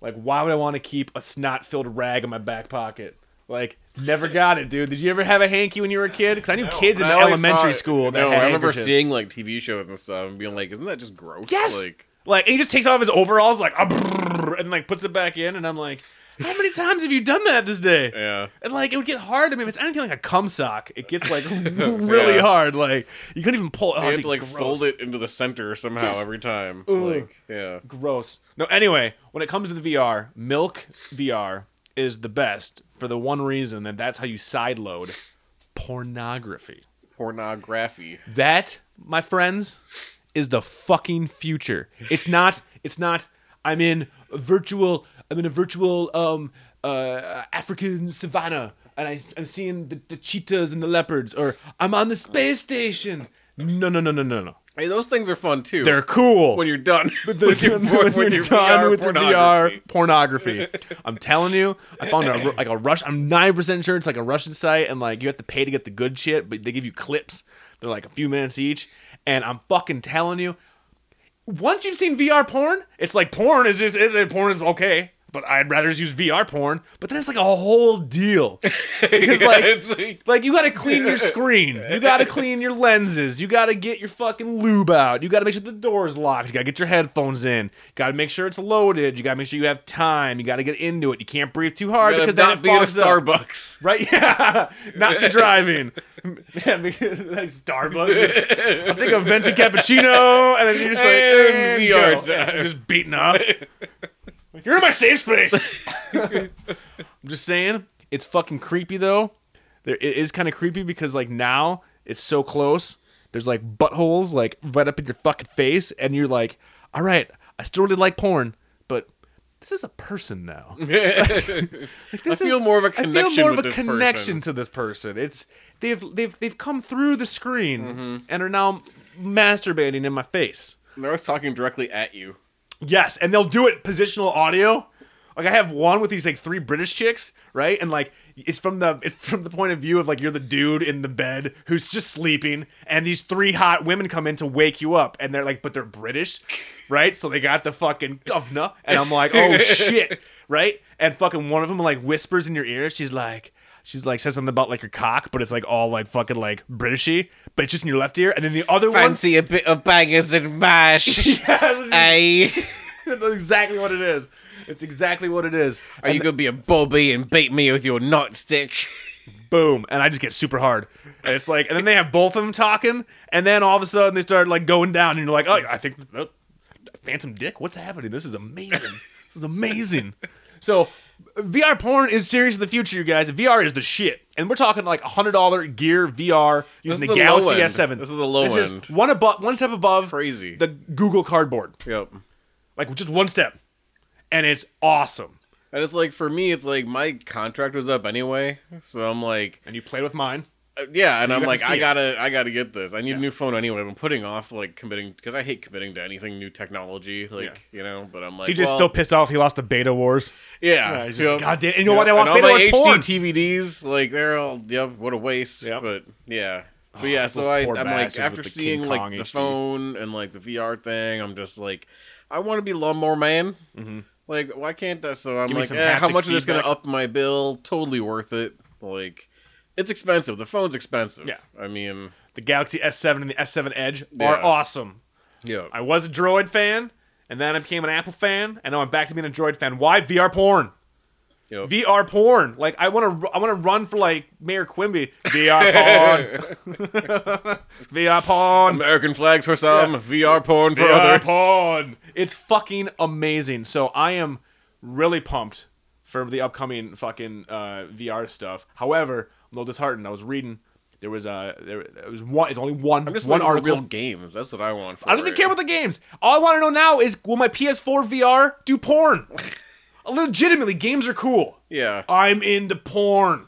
Speaker 5: Like, why would I want to keep a snot filled rag in my back pocket? Like, never got it, dude. Did you ever have a hanky when you were a kid? Because I knew kids in
Speaker 6: I always
Speaker 5: elementary
Speaker 6: thought-
Speaker 5: school that
Speaker 6: no,
Speaker 5: had
Speaker 6: I remember
Speaker 5: handkerchiefs.
Speaker 6: seeing like TV shows and stuff and being like, "Isn't that just gross?"
Speaker 5: Yes.
Speaker 6: Like,
Speaker 5: Like, and he just takes off his overalls, like, "Ah, brrr," and like puts it back in, and I'm like, how many times have you done that this day?
Speaker 6: yeah.
Speaker 5: And like, it would get hard. I mean, if it's anything like a cum sock, it gets like really
Speaker 6: Yeah.
Speaker 5: hard. Like, you couldn't even pull. Oh,
Speaker 6: You
Speaker 5: it'd
Speaker 6: have
Speaker 5: be
Speaker 6: to like
Speaker 5: gross.
Speaker 6: fold it into the center somehow every time. Like, yeah.
Speaker 5: Gross. No, anyway, when it comes to the VR, Milk VR is the best for the one reason that that's how you sideload pornography.
Speaker 6: Pornography.
Speaker 5: That, my friends, is the fucking future. It's not. It's not. I'm in a virtual. I'm in a virtual um, uh, African savannah, and I, I'm seeing the, the cheetahs and the leopards, or I'm on the space station. No, no, no, no, no, no.
Speaker 6: Hey, those things are fun too.
Speaker 5: They're cool
Speaker 6: when you're done.
Speaker 5: with
Speaker 6: with your,
Speaker 5: the- when
Speaker 6: with
Speaker 5: you're
Speaker 6: your
Speaker 5: done
Speaker 6: VR
Speaker 5: with the
Speaker 6: pornography.
Speaker 5: VR pornography. I'm telling you, I found a, like a rush. I'm nine percent sure it's like a Russian site, and like you have to pay to get the good shit, but they give you clips. They're like a few minutes each, and I'm fucking telling you, once you've seen VR porn, it's like porn is just is porn is okay. But I'd rather just use VR porn. But then it's like a whole deal because
Speaker 6: Yeah,
Speaker 5: like
Speaker 6: it's like-
Speaker 5: like you got to clean your screen. You got to clean your lenses. You got to get your fucking lube out. You got to make sure the door's locked. You got to get your headphones in. Got to make sure it's loaded. You got to make sure you have time. You got to get into it. You can't breathe too hard
Speaker 6: Gotta
Speaker 5: because then
Speaker 6: not
Speaker 5: it
Speaker 6: be at a
Speaker 5: fogs up.
Speaker 6: Starbucks.
Speaker 5: Right? Yeah. Not the driving. Yeah, because- like Starbucks. just- I'll take a venti cappuccino, and then you're just like,
Speaker 6: And
Speaker 5: and
Speaker 6: VR
Speaker 5: go.
Speaker 6: time.
Speaker 5: And just beaten up. Like, you're in my safe space. I'm just saying, it's fucking creepy though. There, it is kind of creepy because like now it's so close. There's like buttholes like right up in your fucking face, and you're like, all right, I still really like porn, but this is a person now. Like, this
Speaker 6: I feel more of a
Speaker 5: I feel
Speaker 6: connection
Speaker 5: more
Speaker 6: with
Speaker 5: of a
Speaker 6: this
Speaker 5: connection
Speaker 6: person.
Speaker 5: to this person. It's they've they've they've come through the screen
Speaker 6: Mm-hmm.
Speaker 5: and are now masturbating in my face.
Speaker 6: They're always talking directly at you.
Speaker 5: Yes, and they'll do it positional audio. Like I have one with these like three British chicks, right? And like it's from the it's from the point of view of like you're the dude in the bed who's just sleeping, and these three hot women come in to wake you up, and they're like, but they're British, right? So they got the fucking governor, and I'm like, oh shit, right? And fucking one of them like whispers in your ear, she's like. She's like says something about like your cock, but it's like all like fucking like Britishy, but it's just in your left ear. And then the other one,
Speaker 6: a bit of bangers and mash.
Speaker 5: eh?
Speaker 6: Aye.
Speaker 5: that's exactly what it is. It's exactly what it is.
Speaker 6: Are you gonna be a bobby and bait me with your nightstick?
Speaker 5: boom, and I just get super hard. And it's like, and then they have both of them talking, and then all of a sudden they start like going down, and you're like, oh, I think uh, Phantom Dick, what's happening? This is amazing. this is amazing. So VR porn is serious in the future, you guys. VR is the shit, and we're talking like hundred dollar gear VR
Speaker 6: This
Speaker 5: using
Speaker 6: is
Speaker 5: the
Speaker 6: the
Speaker 5: Galaxy
Speaker 6: low end.
Speaker 5: S7.
Speaker 6: This is the low
Speaker 5: It's just
Speaker 6: end.
Speaker 5: one above, one step above.
Speaker 6: Crazy.
Speaker 5: The Google Cardboard,
Speaker 6: Yep.
Speaker 5: like just one step, and it's awesome.
Speaker 6: And it's like for me, it's like my contract was up anyway, so I'm like,
Speaker 5: And you played with mine.
Speaker 6: uh, yeah, and
Speaker 5: you got
Speaker 6: I'm
Speaker 5: to
Speaker 6: like,
Speaker 5: see
Speaker 6: I
Speaker 5: it.
Speaker 6: gotta, I gotta get this. I need a new phone anyway. I've been putting off like committing because I hate committing to anything new technology, like
Speaker 5: Yeah.
Speaker 6: you know. But I'm like,
Speaker 5: CJ's
Speaker 6: well,
Speaker 5: still pissed off he lost the beta wars.
Speaker 6: yeah,
Speaker 5: Yeah, he's just,
Speaker 6: yep.
Speaker 5: "God damn-" and you know what? They
Speaker 6: Yep.
Speaker 5: want-
Speaker 6: And
Speaker 5: they
Speaker 6: all
Speaker 5: want
Speaker 6: my
Speaker 5: porn.
Speaker 6: HD TVDs, like they're all, yep, what a waste.
Speaker 5: Yep. Ah,
Speaker 6: But yeah, but yeah.
Speaker 5: those
Speaker 6: So I,
Speaker 5: poor
Speaker 6: I'm
Speaker 5: bastards with
Speaker 6: like,
Speaker 5: the
Speaker 6: after
Speaker 5: King
Speaker 6: seeing
Speaker 5: Kong
Speaker 6: like the
Speaker 5: HD.
Speaker 6: phone and like the VR thing, I'm just like, I want to be lawnmower man. Like, why can't that? So
Speaker 5: Mm-hmm.
Speaker 6: I'm
Speaker 5: Give me
Speaker 6: like,
Speaker 5: some
Speaker 6: eh, how
Speaker 5: haptic
Speaker 6: much is this going to
Speaker 5: feedback.
Speaker 6: up my bill? Totally worth it. Like, it's expensive. The phone's expensive.
Speaker 5: Yeah.
Speaker 6: I mean,
Speaker 5: the Galaxy S7 and the S7 Edge
Speaker 6: Yeah.
Speaker 5: are awesome.
Speaker 6: yeah.
Speaker 5: I was a Droid fan, and then I became an Apple fan, and now I'm back to being a Droid fan. Why VR porn?
Speaker 6: Yep.
Speaker 5: VR porn. Like I want to, I want to run for like Mayor Quimby. VR porn. VR porn.
Speaker 6: American flags for some, VR porn for
Speaker 5: VR
Speaker 6: others.
Speaker 5: porn. It's fucking amazing. So I am really pumped for the upcoming fucking uh, VR stuff. However, I'm a little disheartened. I was reading. There was a there, there was one. It's only one.
Speaker 6: I'm just
Speaker 5: one
Speaker 6: one for
Speaker 5: article.
Speaker 6: real games. That's what I want. For
Speaker 5: I don't even
Speaker 6: it.
Speaker 5: care about the games. All I want to know now is will my PS4 VR do porn? Legitimately, games are cool.
Speaker 6: Yeah.
Speaker 5: I'm into porn.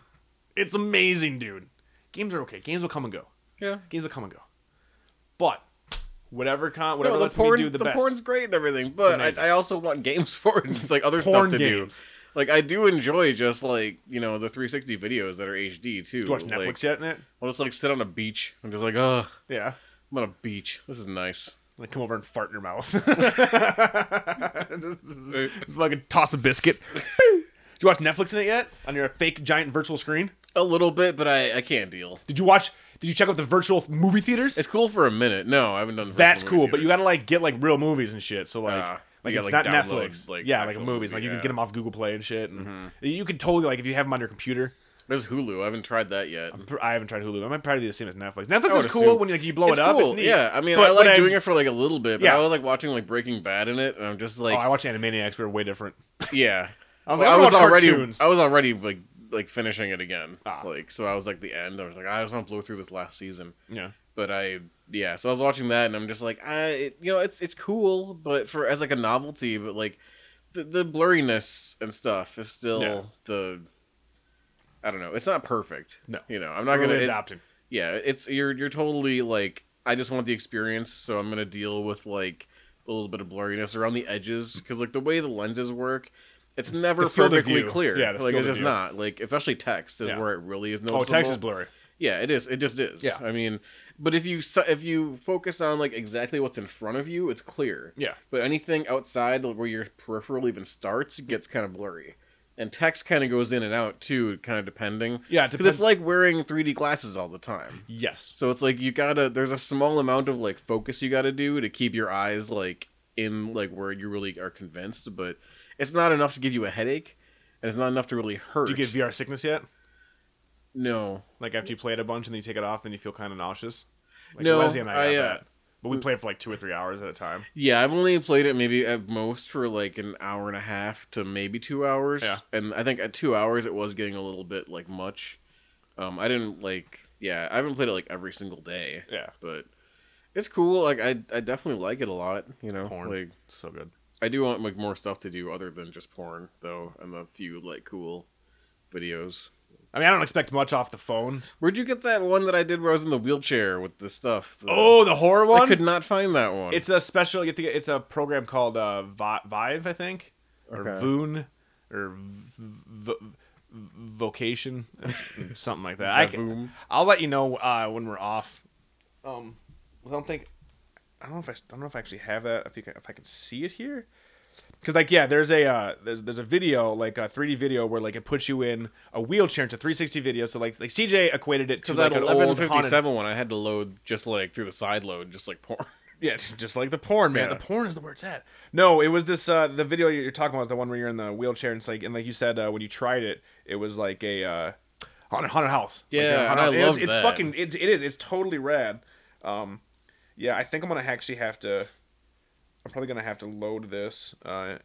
Speaker 5: It's amazing, dude. Games are okay. Games will come and go.
Speaker 6: Yeah.
Speaker 5: Games will come and go. But whatever con
Speaker 6: No,
Speaker 5: whatever lets
Speaker 6: porn-
Speaker 5: me do the, best.
Speaker 6: porn's great and everything, but
Speaker 5: Amazing.
Speaker 6: I, I also want games for it. It's like other
Speaker 5: Porn
Speaker 6: stuff to
Speaker 5: games.
Speaker 6: do. Like I do enjoy just like you know the 360 videos that are HD too.
Speaker 5: Did you watch
Speaker 6: Like,
Speaker 5: Netflix yet, Nat?
Speaker 6: I'll just like sit on a beach. I'm just like, oh,
Speaker 5: Yeah.
Speaker 6: I'm on a beach. This is nice.
Speaker 5: Like come over and fart in your mouth. just, just- just fucking toss a biscuit. Did you watch Netflix in it yet? On your fake giant virtual screen?
Speaker 6: A little bit, but I I can't deal.
Speaker 5: Did you watch? Did you check out the virtual movie theaters?
Speaker 6: It's cool for a minute. No, I haven't done.
Speaker 5: That's
Speaker 6: virtual
Speaker 5: cool,
Speaker 6: movie
Speaker 5: but you
Speaker 6: theater.
Speaker 5: gotta like get like real movies and shit. So like,
Speaker 6: Ah, you
Speaker 5: like
Speaker 6: gotta,
Speaker 5: it's
Speaker 6: like,
Speaker 5: not
Speaker 6: download,
Speaker 5: Netflix.
Speaker 6: like,
Speaker 5: yeah, like
Speaker 6: actual
Speaker 5: movies.
Speaker 6: movie,
Speaker 5: like you can
Speaker 6: yeah. Mm-hmm.
Speaker 5: get them off Google Play and shit. And You can totally like if you have them on your computer.
Speaker 6: there's Hulu. I haven't tried that yet.
Speaker 5: pr- I haven't tried Hulu. I might probably be the same as Netflix. Netflix
Speaker 6: I
Speaker 5: is
Speaker 6: would
Speaker 5: cool
Speaker 6: assume.
Speaker 5: when like you blow
Speaker 6: it's
Speaker 5: it up.
Speaker 6: Cool.
Speaker 5: It's neat.
Speaker 6: Yeah, I mean,
Speaker 5: But
Speaker 6: I like
Speaker 5: when
Speaker 6: doing it for like a little bit, but
Speaker 5: Yeah.
Speaker 6: I was like watching like Breaking Bad in it, and I'm just
Speaker 5: Oh,
Speaker 6: like,
Speaker 5: I watched Animaniacs. We were way different.
Speaker 6: yeah.
Speaker 5: I was
Speaker 6: Well,
Speaker 5: like,
Speaker 6: I
Speaker 5: I,
Speaker 6: was already,
Speaker 5: cartoons.
Speaker 6: I was already like like finishing it again.
Speaker 5: Ah.
Speaker 6: Like so, I was like the end. I was like, "Ah, I just want to blow through this last season.
Speaker 5: yeah,
Speaker 6: But I, yeah. So I was watching that, and I'm just like, I, it, you know, it's it's cool, but for as like a novelty, but like the the blurriness and stuff is still
Speaker 5: Yeah.
Speaker 6: the. I don't know. It's not perfect.
Speaker 5: No.
Speaker 6: you know, I'm not
Speaker 5: really
Speaker 6: gonna. it-
Speaker 5: adopting.
Speaker 6: yeah, it's you're you're totally like I just want the experience, so I'm gonna deal with like a little bit of blurriness around the edges because like the way the lenses work, it's never
Speaker 5: The field of
Speaker 6: perfectly
Speaker 5: view.
Speaker 6: clear.
Speaker 5: Yeah, the
Speaker 6: like
Speaker 5: field
Speaker 6: it's
Speaker 5: of
Speaker 6: just
Speaker 5: view.
Speaker 6: not like especially text is
Speaker 5: Yeah.
Speaker 6: where it really is
Speaker 5: Oh,
Speaker 6: noticeable.
Speaker 5: text is blurry.
Speaker 6: Yeah, it is. It just is.
Speaker 5: Yeah.
Speaker 6: I mean, but if you s- if you focus on like exactly what's in front of you, it's clear.
Speaker 5: Yeah.
Speaker 6: But anything outside where your peripheral even starts gets kind of blurry. And text kind of goes in and out too, kind of depending.
Speaker 5: Yeah, it
Speaker 6: 'Cause it's
Speaker 5: depends-
Speaker 6: like wearing 3D glasses all the time.
Speaker 5: Yes.
Speaker 6: So it's like you gotta. There's a small amount of like focus you gotta do to keep your eyes like in like where you really are convinced, but it's not enough to give you a headache, and it's not enough to really hurt.
Speaker 5: Do you get VR sickness yet?
Speaker 6: no,
Speaker 5: Like after you play it a bunch and then you take it off, then you feel kind of nauseous. Like
Speaker 6: No,
Speaker 5: Leslie and I,
Speaker 6: I,
Speaker 5: got
Speaker 6: uh,
Speaker 5: that, but we played for like two or three hours at a time.
Speaker 6: yeah, I've only played it maybe at most for like an hour and a half to maybe two hours.
Speaker 5: Yeah.
Speaker 6: and I think at two hours it was getting a little bit like much. Um, I didn't like. Yeah, I haven't played it like every single day.
Speaker 5: Yeah.
Speaker 6: but It's cool. Like I, I definitely like it a lot. You know,
Speaker 5: Porn.
Speaker 6: like
Speaker 5: So good.
Speaker 6: I do want like more stuff to do other than just porn, though. I'm a few like cool videos.
Speaker 5: I mean, I don't expect much off the phone.
Speaker 6: Where'd you get that one that I did where I was in the wheelchair with the stuff? The-
Speaker 5: Oh, the horror
Speaker 6: I
Speaker 5: one.
Speaker 6: could not find that one.
Speaker 5: It's a special. You think it's a program called uh, Vi- Vive, I think, or
Speaker 6: Okay.
Speaker 5: Voon, or v- v- Vocation, something like that. I
Speaker 6: Vavoom.
Speaker 5: can, I'll let you know uh, when we're off. Um, I don't think I don't know if I, I don't know if I actually have that. If you can, if I can see it here, because like yeah, there's a uh, there's there's a video like a 3D video where like it puts you in a wheelchair. It's a 360 video. So like like CJ equated it to
Speaker 6: because
Speaker 5: like
Speaker 6: I had
Speaker 5: an
Speaker 6: eleven
Speaker 5: old
Speaker 6: fifty
Speaker 5: haunted
Speaker 6: seven one. I had to load just like through the side load, just like porn.
Speaker 5: Yeah, it's just like the porn, man.
Speaker 6: Yeah.
Speaker 5: The porn is the where it's at. No, it was this uh the video you're talking about, the one where you're in the wheelchair and it's like and like you said uh, when you tried it, it was like a uh haunted, haunted house. Like,
Speaker 6: Yeah,
Speaker 5: uh,
Speaker 6: and I
Speaker 5: it's,
Speaker 6: love
Speaker 5: it's
Speaker 6: that.
Speaker 5: fucking it's it is, it's totally rad. Um yeah, I think I'm gonna actually have to I'm probably gonna have to load this. Uh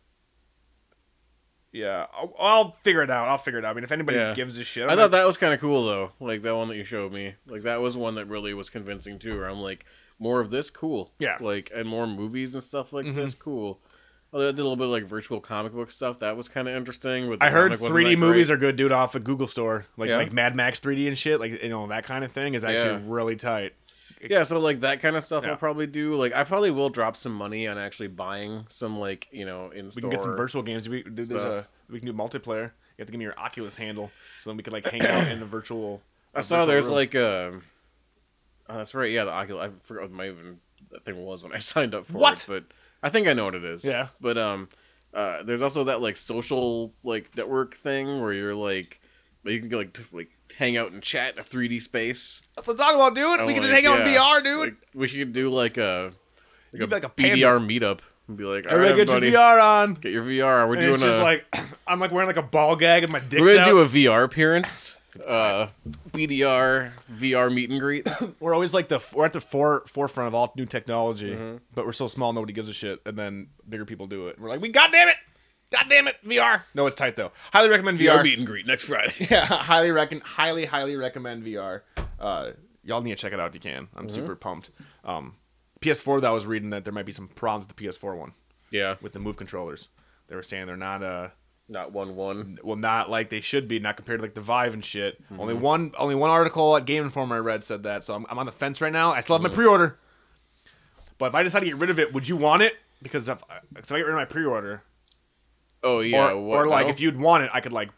Speaker 5: yeah, I'll, I'll figure it out. I'll figure it out. I mean, if anybody
Speaker 6: Yeah.
Speaker 5: gives a shit,
Speaker 6: I thought that was kind of cool though. Like that one that you showed me. Like that was one that really was convincing too. Where I'm like, more of this, cool.
Speaker 5: Yeah. Mm-hmm.
Speaker 6: Like and more movies and stuff like this, cool. Well, I did a little bit of like virtual comic book stuff. That was kind of interesting. But the
Speaker 5: I heard
Speaker 6: comic wasn't
Speaker 5: 3D
Speaker 6: that
Speaker 5: movies
Speaker 6: great.
Speaker 5: are good, dude. Off the Google store, like
Speaker 6: Yeah.
Speaker 5: like Mad Max 3D and shit, like you know that kind of thing is actually
Speaker 6: Yeah.
Speaker 5: really tight.
Speaker 6: yeah. So like that kind of stuff,
Speaker 5: Yeah.
Speaker 6: I'll probably do. Like I probably will drop some money on actually buying some like you know in
Speaker 5: We
Speaker 6: store.
Speaker 5: can get some virtual games. We there's a
Speaker 6: stuff.
Speaker 5: we can do multiplayer. You have to give me your Oculus handle, so then we could like hang out in the virtual.
Speaker 6: I
Speaker 5: a
Speaker 6: saw
Speaker 5: virtual
Speaker 6: there's
Speaker 5: room.
Speaker 6: like um oh, that's right. Yeah, the Oculus. I forgot what my even that thing was when I signed up for
Speaker 5: What?
Speaker 6: it, but I think I know what it is.
Speaker 5: Yeah.
Speaker 6: But um, uh, there's also that like social like network thing where you're like you can go like t- like hang out and chat in a 3D space.
Speaker 5: that's what I'm talking about, dude.
Speaker 6: I'm
Speaker 5: we can just
Speaker 6: like,
Speaker 5: hang out in
Speaker 6: yeah,
Speaker 5: VR, dude.
Speaker 6: Like, we should do like a
Speaker 5: could
Speaker 6: like
Speaker 5: be
Speaker 6: a,
Speaker 5: like a panda.
Speaker 6: BDR meetup and be like, all right,
Speaker 5: Everybody get
Speaker 6: everybody,
Speaker 5: your VR on.
Speaker 6: get your VR. We're
Speaker 5: And
Speaker 6: doing
Speaker 5: it's just
Speaker 6: a
Speaker 5: like I'm like wearing like a ball gag and my dick's
Speaker 6: we're
Speaker 5: out.
Speaker 6: gonna do a VR appearance. Uh, BDR VR meet and greet.
Speaker 5: we're always like the we're at the fore, forefront of all new technology,
Speaker 6: Mm-hmm.
Speaker 5: but we're so small nobody gives a shit, and then bigger people do it. We're like, we goddamn it, goddamn it, VR. No, it's tight though. Highly recommend VR.
Speaker 6: VR meet and greet next Friday.
Speaker 5: yeah, highly reckon, highly, highly recommend VR. Uh, y'all need to check it out if you can. I'm
Speaker 6: Mm-hmm.
Speaker 5: super pumped. Um, PS4 though, I was reading that there might be some problems with the PS4 one
Speaker 6: Yeah.
Speaker 5: with the move controllers. They were saying they're not uh
Speaker 6: Not one one.
Speaker 5: well not like they should be not compared to like the Vive and shit.
Speaker 6: Mm-hmm.
Speaker 5: Only one only one article at Game Informer I read said that, so I'm, I'm on the fence right now. I still have my pre-order, but if I decide to get rid of it, would you want it? Because if, if I get rid of my pre-order,
Speaker 6: Oh yeah.
Speaker 5: or,
Speaker 6: what,
Speaker 5: or like
Speaker 6: no?
Speaker 5: if you'd want it, I could like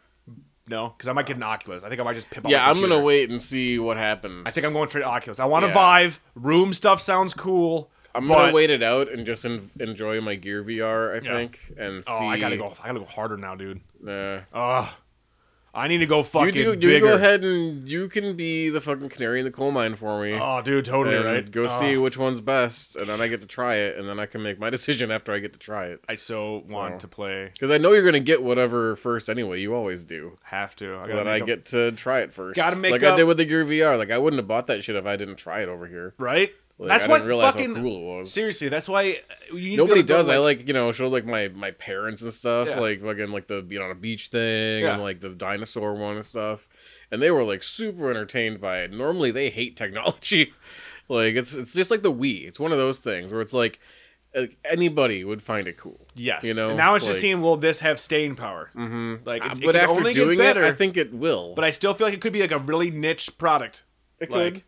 Speaker 5: no, because I might get an Oculus. I think I might just pip. out
Speaker 6: Yeah,
Speaker 5: my
Speaker 6: I'm gonna
Speaker 5: computer.
Speaker 6: wait and see what happens.
Speaker 5: I think I'm going straight to Oculus. I want a
Speaker 6: Yeah.
Speaker 5: Vive. Room stuff sounds cool.
Speaker 6: I'm
Speaker 5: but-
Speaker 6: gonna wait it out and just en- enjoy my Gear VR. I
Speaker 5: Yeah.
Speaker 6: think and
Speaker 5: Oh,
Speaker 6: see.
Speaker 5: I gotta go. I gotta go harder now, dude.
Speaker 6: Nah.
Speaker 5: Ugh. I need to go fucking
Speaker 6: you do. You
Speaker 5: bigger.
Speaker 6: go ahead and you can be the fucking canary in the coal mine for me.
Speaker 5: Oh, dude, totally
Speaker 6: and
Speaker 5: right. Oh.
Speaker 6: Go
Speaker 5: Ugh.
Speaker 6: see which one's best, and then I get to try it, and then I can make my decision after I get to try it.
Speaker 5: I so, want to play.
Speaker 6: Because I know you're gonna get whatever first anyway. You always do.
Speaker 5: Have to. I
Speaker 6: So that I
Speaker 5: make up-
Speaker 6: get to try it first.
Speaker 5: Gotta make
Speaker 6: like I
Speaker 5: up-
Speaker 6: did with the Gear VR. Like I wouldn't have bought that shit if I didn't try it over here.
Speaker 5: right.
Speaker 6: Like,
Speaker 5: that's
Speaker 6: I
Speaker 5: what
Speaker 6: didn't realize
Speaker 5: fucking
Speaker 6: how cool it was.
Speaker 5: seriously. That's why uh, you need to be able
Speaker 6: Nobody
Speaker 5: to go,
Speaker 6: does. I like you know show like my my parents and stuff
Speaker 5: Yeah.
Speaker 6: like fucking like the being on a beach thing
Speaker 5: Yeah.
Speaker 6: and like the dinosaur one and stuff, and they were like super entertained by it. Normally they hate technology, like it's it's just like the Wii. It's one of those things where it's like like, anybody would find it cool.
Speaker 5: yes.
Speaker 6: you know,
Speaker 5: And now it's
Speaker 6: like-
Speaker 5: just seeing will this have staying power? Mm-hmm. Like, it's,
Speaker 6: Uh,
Speaker 5: it
Speaker 6: but
Speaker 5: can
Speaker 6: after
Speaker 5: only
Speaker 6: doing
Speaker 5: get better.
Speaker 6: it, I think it will.
Speaker 5: but I still feel like it could be like a really niche product.
Speaker 6: It
Speaker 5: like,
Speaker 6: could.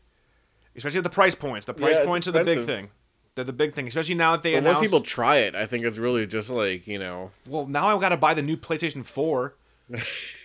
Speaker 5: especially at the price points. The price
Speaker 6: it's
Speaker 5: points are the big
Speaker 6: expensive.
Speaker 5: thing. They're the big thing, especially now that they
Speaker 6: But once
Speaker 5: announced.
Speaker 6: people try it, I think it's really just like you know
Speaker 5: Well, now I've got to buy the new PlayStation Four.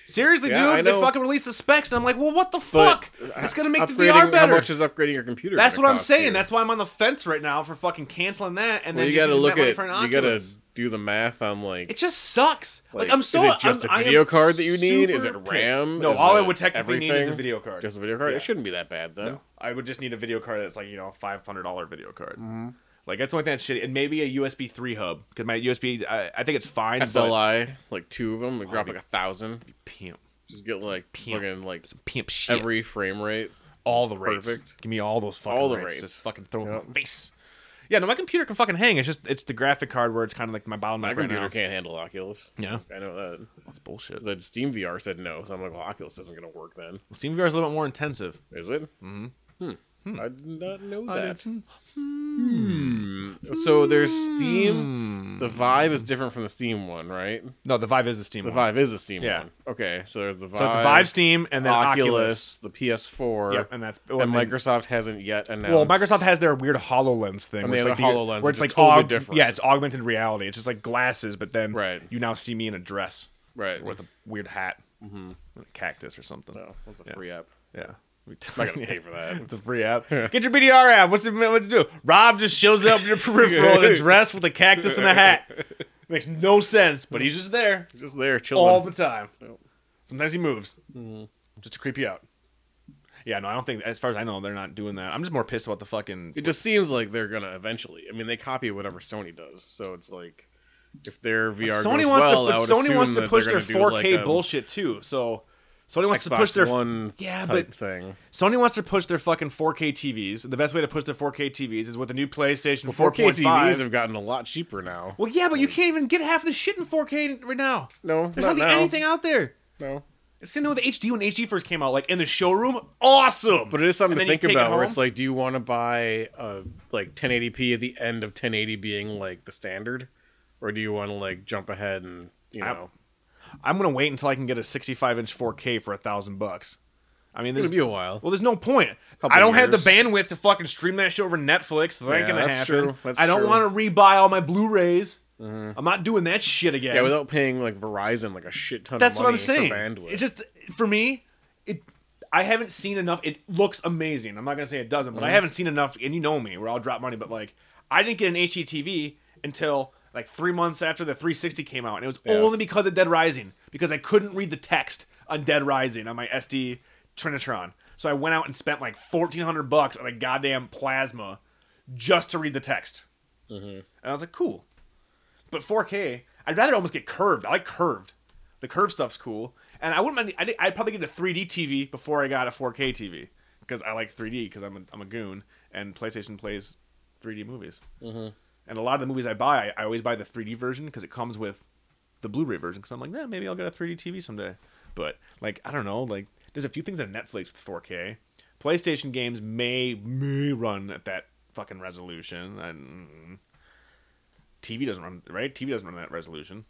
Speaker 5: Seriously,
Speaker 6: Yeah, I
Speaker 5: dude, they
Speaker 6: know.
Speaker 5: fucking released the specs, and I'm like, well, what the
Speaker 6: but
Speaker 5: fuck? It's gonna make the
Speaker 6: upgrading-
Speaker 5: VR better.
Speaker 6: How much is upgrading your computer?
Speaker 5: That's
Speaker 6: gonna
Speaker 5: what I'm
Speaker 6: cost
Speaker 5: saying.
Speaker 6: you?
Speaker 5: That's why I'm on the fence right now for fucking canceling that, and
Speaker 6: well,
Speaker 5: then
Speaker 6: you
Speaker 5: just
Speaker 6: gotta
Speaker 5: using
Speaker 6: look
Speaker 5: that money
Speaker 6: at
Speaker 5: for an
Speaker 6: you gotta
Speaker 5: Oculus.
Speaker 6: do the math on like
Speaker 5: It just sucks. Like, I'm so.
Speaker 6: Is it just
Speaker 5: I'm,
Speaker 6: a
Speaker 5: I am
Speaker 6: video card that you need? Is it
Speaker 5: super
Speaker 6: RAM?
Speaker 5: pissed. No,
Speaker 6: Is
Speaker 5: all I would technically need is a
Speaker 6: everything?
Speaker 5: video card.
Speaker 6: Just a video card.
Speaker 5: Yeah.
Speaker 6: It shouldn't be that bad though.
Speaker 5: No. I would just need a video card that's like you know five hundred dollar video card.
Speaker 6: Mm-hmm.
Speaker 5: Like that's the only thing that's shitty, and maybe a USB three hub because my USB I, I think it's fine. But
Speaker 6: SLI, like two of them, like drop
Speaker 5: be-
Speaker 6: like a thousand.
Speaker 5: pimp,
Speaker 6: Just get like
Speaker 5: Pimp.
Speaker 6: fucking like
Speaker 5: pimp shit.
Speaker 6: every frame rate.
Speaker 5: all the rates.
Speaker 6: Perfect.
Speaker 5: Give me all those fucking
Speaker 6: All the
Speaker 5: rates.
Speaker 6: rates.
Speaker 5: Just fucking throw them in my
Speaker 6: Yep.
Speaker 5: face. Yeah, no, my computer can fucking hang. It's just it's the graphic card where it's kind of like my bottleneck
Speaker 6: My
Speaker 5: right
Speaker 6: computer
Speaker 5: now.
Speaker 6: can't handle Oculus.
Speaker 5: Yeah,
Speaker 6: I know that.
Speaker 5: that's bullshit.
Speaker 6: 'Cause The Steam VR said no, so I'm like, well, Oculus isn't gonna work then,
Speaker 5: SteamVR is a little bit more intensive.
Speaker 6: is it? Hmm.
Speaker 5: Hmm.
Speaker 6: I did not know that. So there's
Speaker 5: Hmm.
Speaker 6: Steam. The Vive is different from the Steam one, right?
Speaker 5: No, the Vive is the Steam
Speaker 6: The
Speaker 5: one.
Speaker 6: Vive is the Steam
Speaker 5: Yeah.
Speaker 6: one. Okay, so there's the Vive.
Speaker 5: So it's Vive, Steam, and then Oculus.
Speaker 6: Oculus, the PS4,
Speaker 5: Yep, and that's
Speaker 6: and
Speaker 5: then-
Speaker 6: Microsoft hasn't yet announced.
Speaker 5: Well, Microsoft has their weird Hololens thing,
Speaker 6: And
Speaker 5: where it's
Speaker 6: they
Speaker 5: like
Speaker 6: have
Speaker 5: the,
Speaker 6: the HoloLens,
Speaker 5: where it's like
Speaker 6: which is totally
Speaker 5: aug-
Speaker 6: different.
Speaker 5: Yeah, it's augmented reality. It's just like glasses, but then
Speaker 6: Right.
Speaker 5: you now see me in a dress
Speaker 6: right Mm-hmm. Oh.
Speaker 5: with a weird hat, and a cactus or something.
Speaker 6: No, that's a free app.
Speaker 5: Yeah. We
Speaker 6: I'm not gonna pay for that.
Speaker 5: It's a free app. Get your BDR app. What's it? What's it do? Rob just shows up in your peripheral in a dress with a cactus and a hat. Makes no sense, but he's just there
Speaker 6: It's just there, chilling.
Speaker 5: all the time. Sometimes he moves just to creep you out. Yeah, no, I don't think. As far as I know, they're not doing that. I'm just more pissed about the fucking.
Speaker 6: it just seems like they're gonna eventually. I mean, they copy whatever Sony does, so it's like if their VR
Speaker 5: Sony
Speaker 6: goes
Speaker 5: wants
Speaker 6: well,
Speaker 5: to,
Speaker 6: I
Speaker 5: but
Speaker 6: would
Speaker 5: Sony wants
Speaker 6: assume
Speaker 5: to
Speaker 6: that
Speaker 5: push
Speaker 6: they're
Speaker 5: their
Speaker 6: gonna do,
Speaker 5: 4K
Speaker 6: like, a
Speaker 5: bullshit too. So Sony wants to
Speaker 6: Xbox
Speaker 5: push their
Speaker 6: one
Speaker 5: Yeah,
Speaker 6: type
Speaker 5: but-
Speaker 6: thing.
Speaker 5: Sony wants to push their fucking 4K TVs. The best way to push their 4K TVs is with the new PlayStation
Speaker 6: 4K
Speaker 5: 4.5.
Speaker 6: TVs have gotten a lot cheaper now.
Speaker 5: Well, yeah, but you can't even get half the shit in 4K right now.
Speaker 6: No,
Speaker 5: There's
Speaker 6: not
Speaker 5: hardly
Speaker 6: now.
Speaker 5: anything out there.
Speaker 6: No,
Speaker 5: It's sitting there with HD when HD first came out, like in the showroom. Awesome.
Speaker 6: but it is something
Speaker 5: And then
Speaker 6: to
Speaker 5: you
Speaker 6: think
Speaker 5: take it
Speaker 6: about. Where
Speaker 5: home.
Speaker 6: it's like, do you want to buy a like 1080p at the end of 1080 being like the standard, or do you want to like jump ahead and you
Speaker 5: I-
Speaker 6: know?
Speaker 5: I'm gonna wait until I can get a 65 inch 4K for a thousand bucks. I mean,
Speaker 6: it's
Speaker 5: there's
Speaker 6: gonna be a while.
Speaker 5: well, there's no point.
Speaker 6: Couple
Speaker 5: I don't have the
Speaker 6: years.
Speaker 5: bandwidth to fucking stream that shit over Netflix. So that ain't
Speaker 6: Yeah,
Speaker 5: gonna
Speaker 6: that's
Speaker 5: happen.
Speaker 6: true. That's
Speaker 5: I don't
Speaker 6: true. Mm-hmm.
Speaker 5: want to rebuy all my Blu-rays. I'm not doing that shit again.
Speaker 6: yeah, without paying like Verizon like a shit ton.
Speaker 5: That's
Speaker 6: of
Speaker 5: what
Speaker 6: money
Speaker 5: I'm saying.
Speaker 6: For bandwidth.
Speaker 5: It's just for me, it. I haven't seen enough. It looks amazing. I'm not gonna say it doesn't,
Speaker 6: Mm-hmm.
Speaker 5: but I haven't seen enough. And you know me, where I'll drop money. But like, I didn't get an HETV until like three months after the 360 came out, and it was
Speaker 6: Yeah.
Speaker 5: only because of Dead Rising because I couldn't read the text on Dead Rising on my SD Trinitron. So I went out and spent like 1,400 bucks on a goddamn plasma just to read the text.
Speaker 6: Mm-hmm.
Speaker 5: And I was like, cool. But 4K, I'd rather almost get curved. I like curved. The curved stuff's cool. And I wouldn't mind, I'd, I'd probably get a 3D TV before I got a 4K TV because I like 3D because I'm a, I'm a goon and PlayStation plays 3D movies. Mm-hmm. And a lot of the movies I buy, I, I always buy the 3D version because it comes with the Blu-ray version because I'm like, yeah, maybe I'll get a 3D TV someday. But like, I don't know. Like, there's a few things on Netflix with 4K. PlayStation games may may run at that fucking resolution, and TV doesn't run right. TV doesn't run that resolution.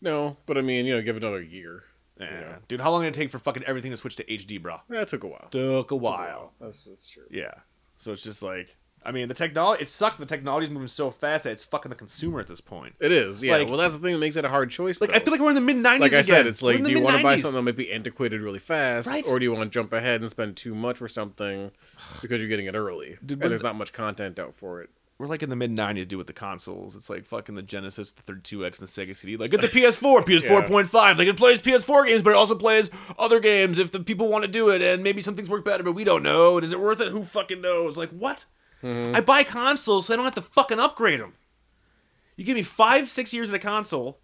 Speaker 6: no, but I mean, you know, give it another year.
Speaker 5: Eh.
Speaker 6: Yeah.
Speaker 5: Dude, how long did it take for fucking everything to switch to HD, bro?
Speaker 6: That took a while.
Speaker 5: Took a while.
Speaker 6: That's, that's true.
Speaker 5: Yeah. So it's just like, I mean, the technology. It sucks. The technology's moving so fast that it's fucking the consumer at this point.
Speaker 6: It is, yeah.
Speaker 5: Like-
Speaker 6: well, that's the thing that makes it a hard choice.
Speaker 5: Like,
Speaker 6: though.
Speaker 5: I feel like we're in the mid '90s.
Speaker 6: like I
Speaker 5: again.
Speaker 6: said, it's
Speaker 5: We're
Speaker 6: like,
Speaker 5: in the
Speaker 6: do you want to buy
Speaker 5: mid-nineties.
Speaker 6: something that might be antiquated really fast,
Speaker 5: Right.
Speaker 6: or do you want to jump ahead and spend too much for something because you're getting it early
Speaker 5: Dude, when
Speaker 6: and there's
Speaker 5: the-
Speaker 6: not much content out for it?
Speaker 5: we're like in the mid '90s, dude, with the consoles. It's like fucking the Genesis, the 32X, and the Sega CD. Like get the PS4, PS4.5. Like it plays PS4 games, but it also plays other games if the people want to do it. And maybe some things work better, but we don't know. And is it worth it? Who fucking knows? Like what?
Speaker 6: Mm-hmm.
Speaker 5: I buy consoles so I don't have to fucking upgrade them. You give me five, six years of a console,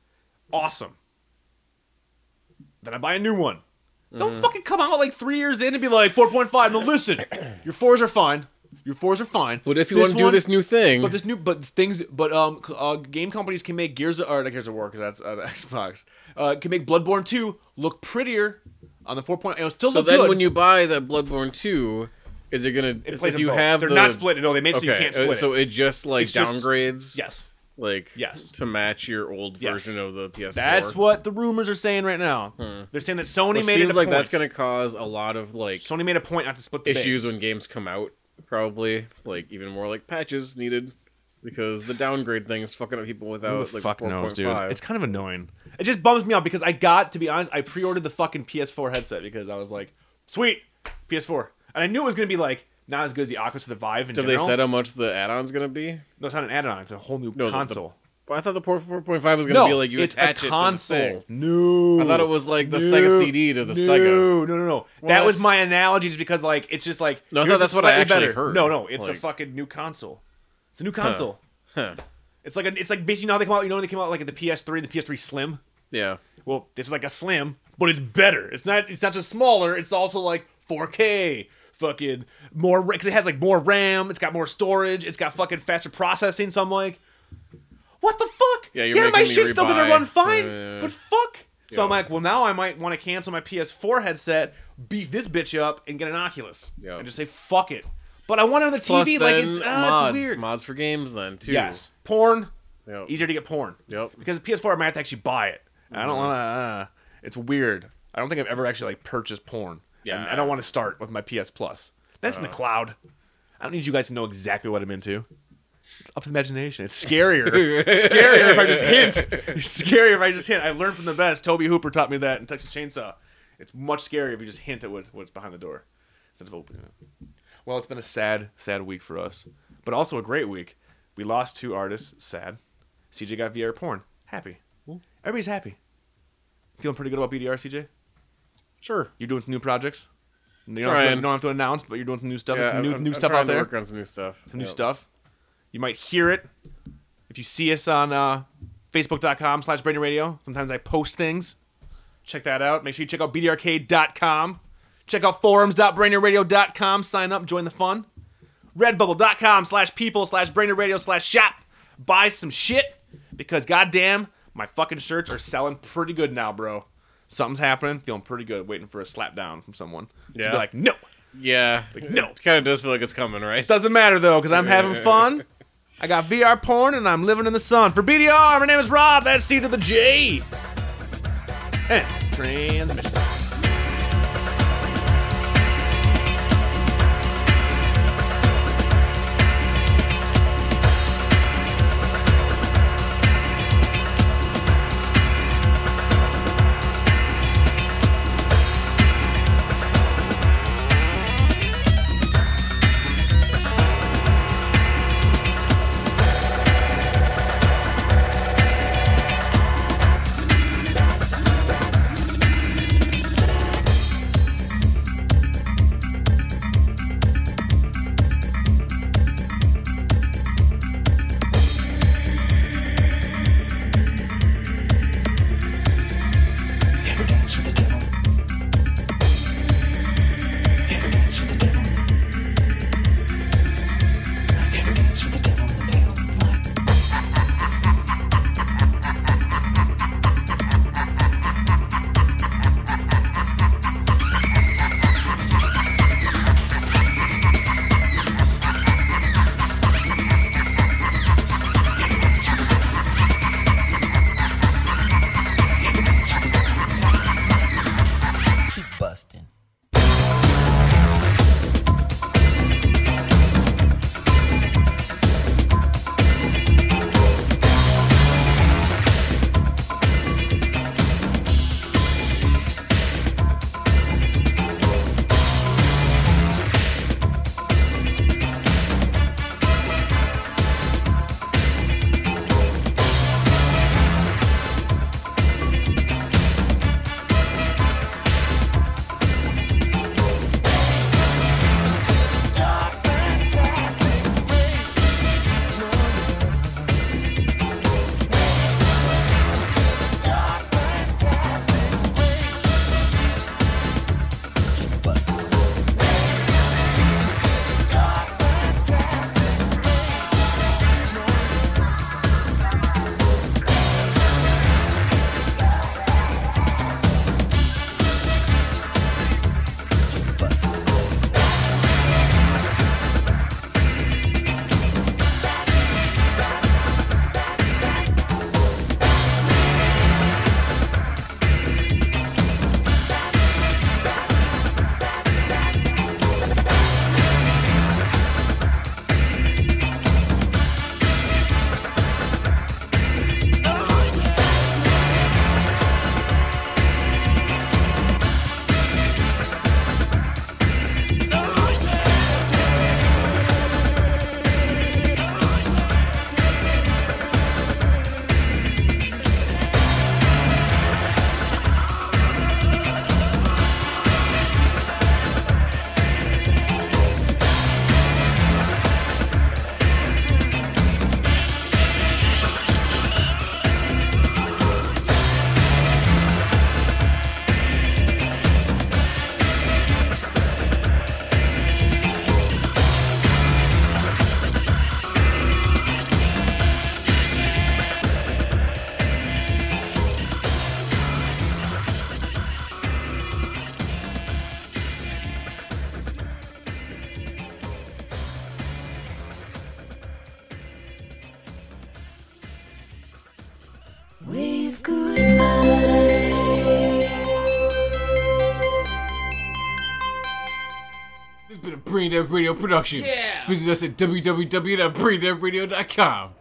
Speaker 5: awesome. Then I buy a new one.
Speaker 6: Mm-hmm.
Speaker 5: Don't fucking come out like three years in and be like 4.5. No, listen, your fours are fine. Your fours are fine.
Speaker 6: But if you want to do
Speaker 5: one-
Speaker 6: this new thing,
Speaker 5: but this new, but things, but um, c- uh, game companies can make Gears of, or not Gears of War because that's on Xbox. Uh, can make Bloodborne two look prettier on the four point. It'll still
Speaker 6: so
Speaker 5: look
Speaker 6: then
Speaker 5: good.
Speaker 6: when you buy the Bloodborne two, is it gonna?
Speaker 5: it
Speaker 6: if
Speaker 5: plays them
Speaker 6: you
Speaker 5: both.
Speaker 6: have
Speaker 5: they're
Speaker 6: the-
Speaker 5: not split. No, they made it so you
Speaker 6: okay,
Speaker 5: can't
Speaker 6: uh,
Speaker 5: split.
Speaker 6: so
Speaker 5: it.
Speaker 6: it just like
Speaker 5: It's just-
Speaker 6: downgrades,
Speaker 5: Yes,
Speaker 6: like
Speaker 5: Yes.
Speaker 6: to match your old
Speaker 5: Yes.
Speaker 6: version of the PS4.
Speaker 5: that's what the rumors are saying right now. They're saying that Sony
Speaker 6: Hmm. It
Speaker 5: made it
Speaker 6: seems
Speaker 5: a
Speaker 6: like
Speaker 5: point.
Speaker 6: that's gonna cause a lot of like
Speaker 5: Sony made a point not to split the
Speaker 6: issues
Speaker 5: base.
Speaker 6: when games come out, probably. Like even more like patches needed because the downgrade thing is fucking up people without like
Speaker 5: Oh, fuck knows, dude.
Speaker 6: 4.5.
Speaker 5: It's kind of annoying. It just bums me out because I got, to be honest, I pre-ordered the fucking PS4 headset because I was like, sweet, PS4, and I knew it was gonna be like not as good as the Oculus or the Vive. In
Speaker 6: Did they
Speaker 5: general.
Speaker 6: said how much the add-on's gonna be?
Speaker 5: No, it's not an add-on. It's a whole new
Speaker 6: No, the-
Speaker 5: console.
Speaker 6: But I thought the port 4.5 was gonna
Speaker 5: no,
Speaker 6: be like you
Speaker 5: it's
Speaker 6: attach
Speaker 5: a
Speaker 6: it
Speaker 5: console.
Speaker 6: to the thing.
Speaker 5: No,
Speaker 6: I thought it was like the Sega CD to the
Speaker 5: no, No,
Speaker 6: Sega.
Speaker 5: no, no. that was
Speaker 6: What?
Speaker 5: my analogy, just because like it's just like
Speaker 6: No, I thought
Speaker 5: yours is
Speaker 6: that's what I
Speaker 5: slightly
Speaker 6: actually
Speaker 5: better.
Speaker 6: heard.
Speaker 5: No, no, it's a
Speaker 6: Like-
Speaker 5: fucking new console. It's a new console.
Speaker 6: Huh.
Speaker 5: It's like a, it's like basically you know how they come out. You know when they came out like at the PS3, the PS3 Slim.
Speaker 6: Yeah.
Speaker 5: Well, this is like a Slim, but it's better. It's not it's not just smaller. It's also like 4K. Fucking more because it has like more RAM. It's got more storage. It's got fucking faster processing. So I'm like, what the fuck?
Speaker 6: Yeah, you're
Speaker 5: my
Speaker 6: making me
Speaker 5: shit's still gonna
Speaker 6: rebuy.
Speaker 5: run fine,
Speaker 6: Yeah.
Speaker 5: but fuck. So
Speaker 6: Yeah.
Speaker 5: I'm like, well, now I might want to cancel my PS4 headset beef this bitch up and get an Oculus
Speaker 6: Yeah.
Speaker 5: and just say fuck it. But I want it on the
Speaker 6: Plus
Speaker 5: TV like
Speaker 6: then
Speaker 5: it's, ah,
Speaker 6: mods,
Speaker 5: it's weird.
Speaker 6: mods for games then too.
Speaker 5: Yes, porn
Speaker 6: Yep.
Speaker 5: easier to get porn.
Speaker 6: Yep. Mm-hmm.
Speaker 5: Because the PS4, I might have to actually buy it. And I don't want to. Uh, it's weird. I don't think I've ever actually like purchased porn.
Speaker 6: Yeah. Uh.
Speaker 5: And I don't want to start with my PS Plus. That's in the cloud. I don't need you guys to know exactly what I'm into. Up to the imagination. It's scarier. scarier if I just hint. It's scarier if I just hint. I learned from the best. Toby Hooper taught me that in Texas Chainsaw. It's much scarier if you just hint at what, what's behind the door instead of opening it. Well, it's been a sad, sad week for us, but also a great week. We lost two artists. Sad. CJ got VR porn. Happy. Everybody's happy. Feeling pretty good about BDR, CJ.
Speaker 6: Sure.
Speaker 5: You're doing some new projects. You don't, have
Speaker 6: Trying.
Speaker 5: to, you don't have to announce, but you're doing some new stuff. There's some new,
Speaker 6: I'm-
Speaker 5: new
Speaker 6: I'm
Speaker 5: stuff
Speaker 6: trying
Speaker 5: out
Speaker 6: to
Speaker 5: there.
Speaker 6: Work on some new stuff.
Speaker 5: Some new
Speaker 6: Yep.
Speaker 5: stuff. You might hear it if you see us on uh, Facebook.com slash Brandon Radio. Sometimes I post things. Check that out. Make sure you check out BDRK.com. Check out forums.brainerradio.com. Sign up. Join the fun. Redbubble.com slash people slash Brainerd Radio slash shop. Buy some shit because goddamn, my fucking shirts are selling pretty good now, bro. Something's happening. Feeling pretty good. Waiting for a slap down from someone. To
Speaker 6: Yeah.
Speaker 5: be like, no.
Speaker 6: Yeah.
Speaker 5: no.
Speaker 6: It kind of does feel like it's coming, right?
Speaker 5: Doesn't matter though, because I'm having fun. I got VR porn and I'm living in the sun. For BDR, my name is Rob. That's C to the J. And transmission.
Speaker 8: Wave goodbye.
Speaker 5: This has been a Brain Dead Radio production. Yeah. Visit us at www.braindeadradio.com.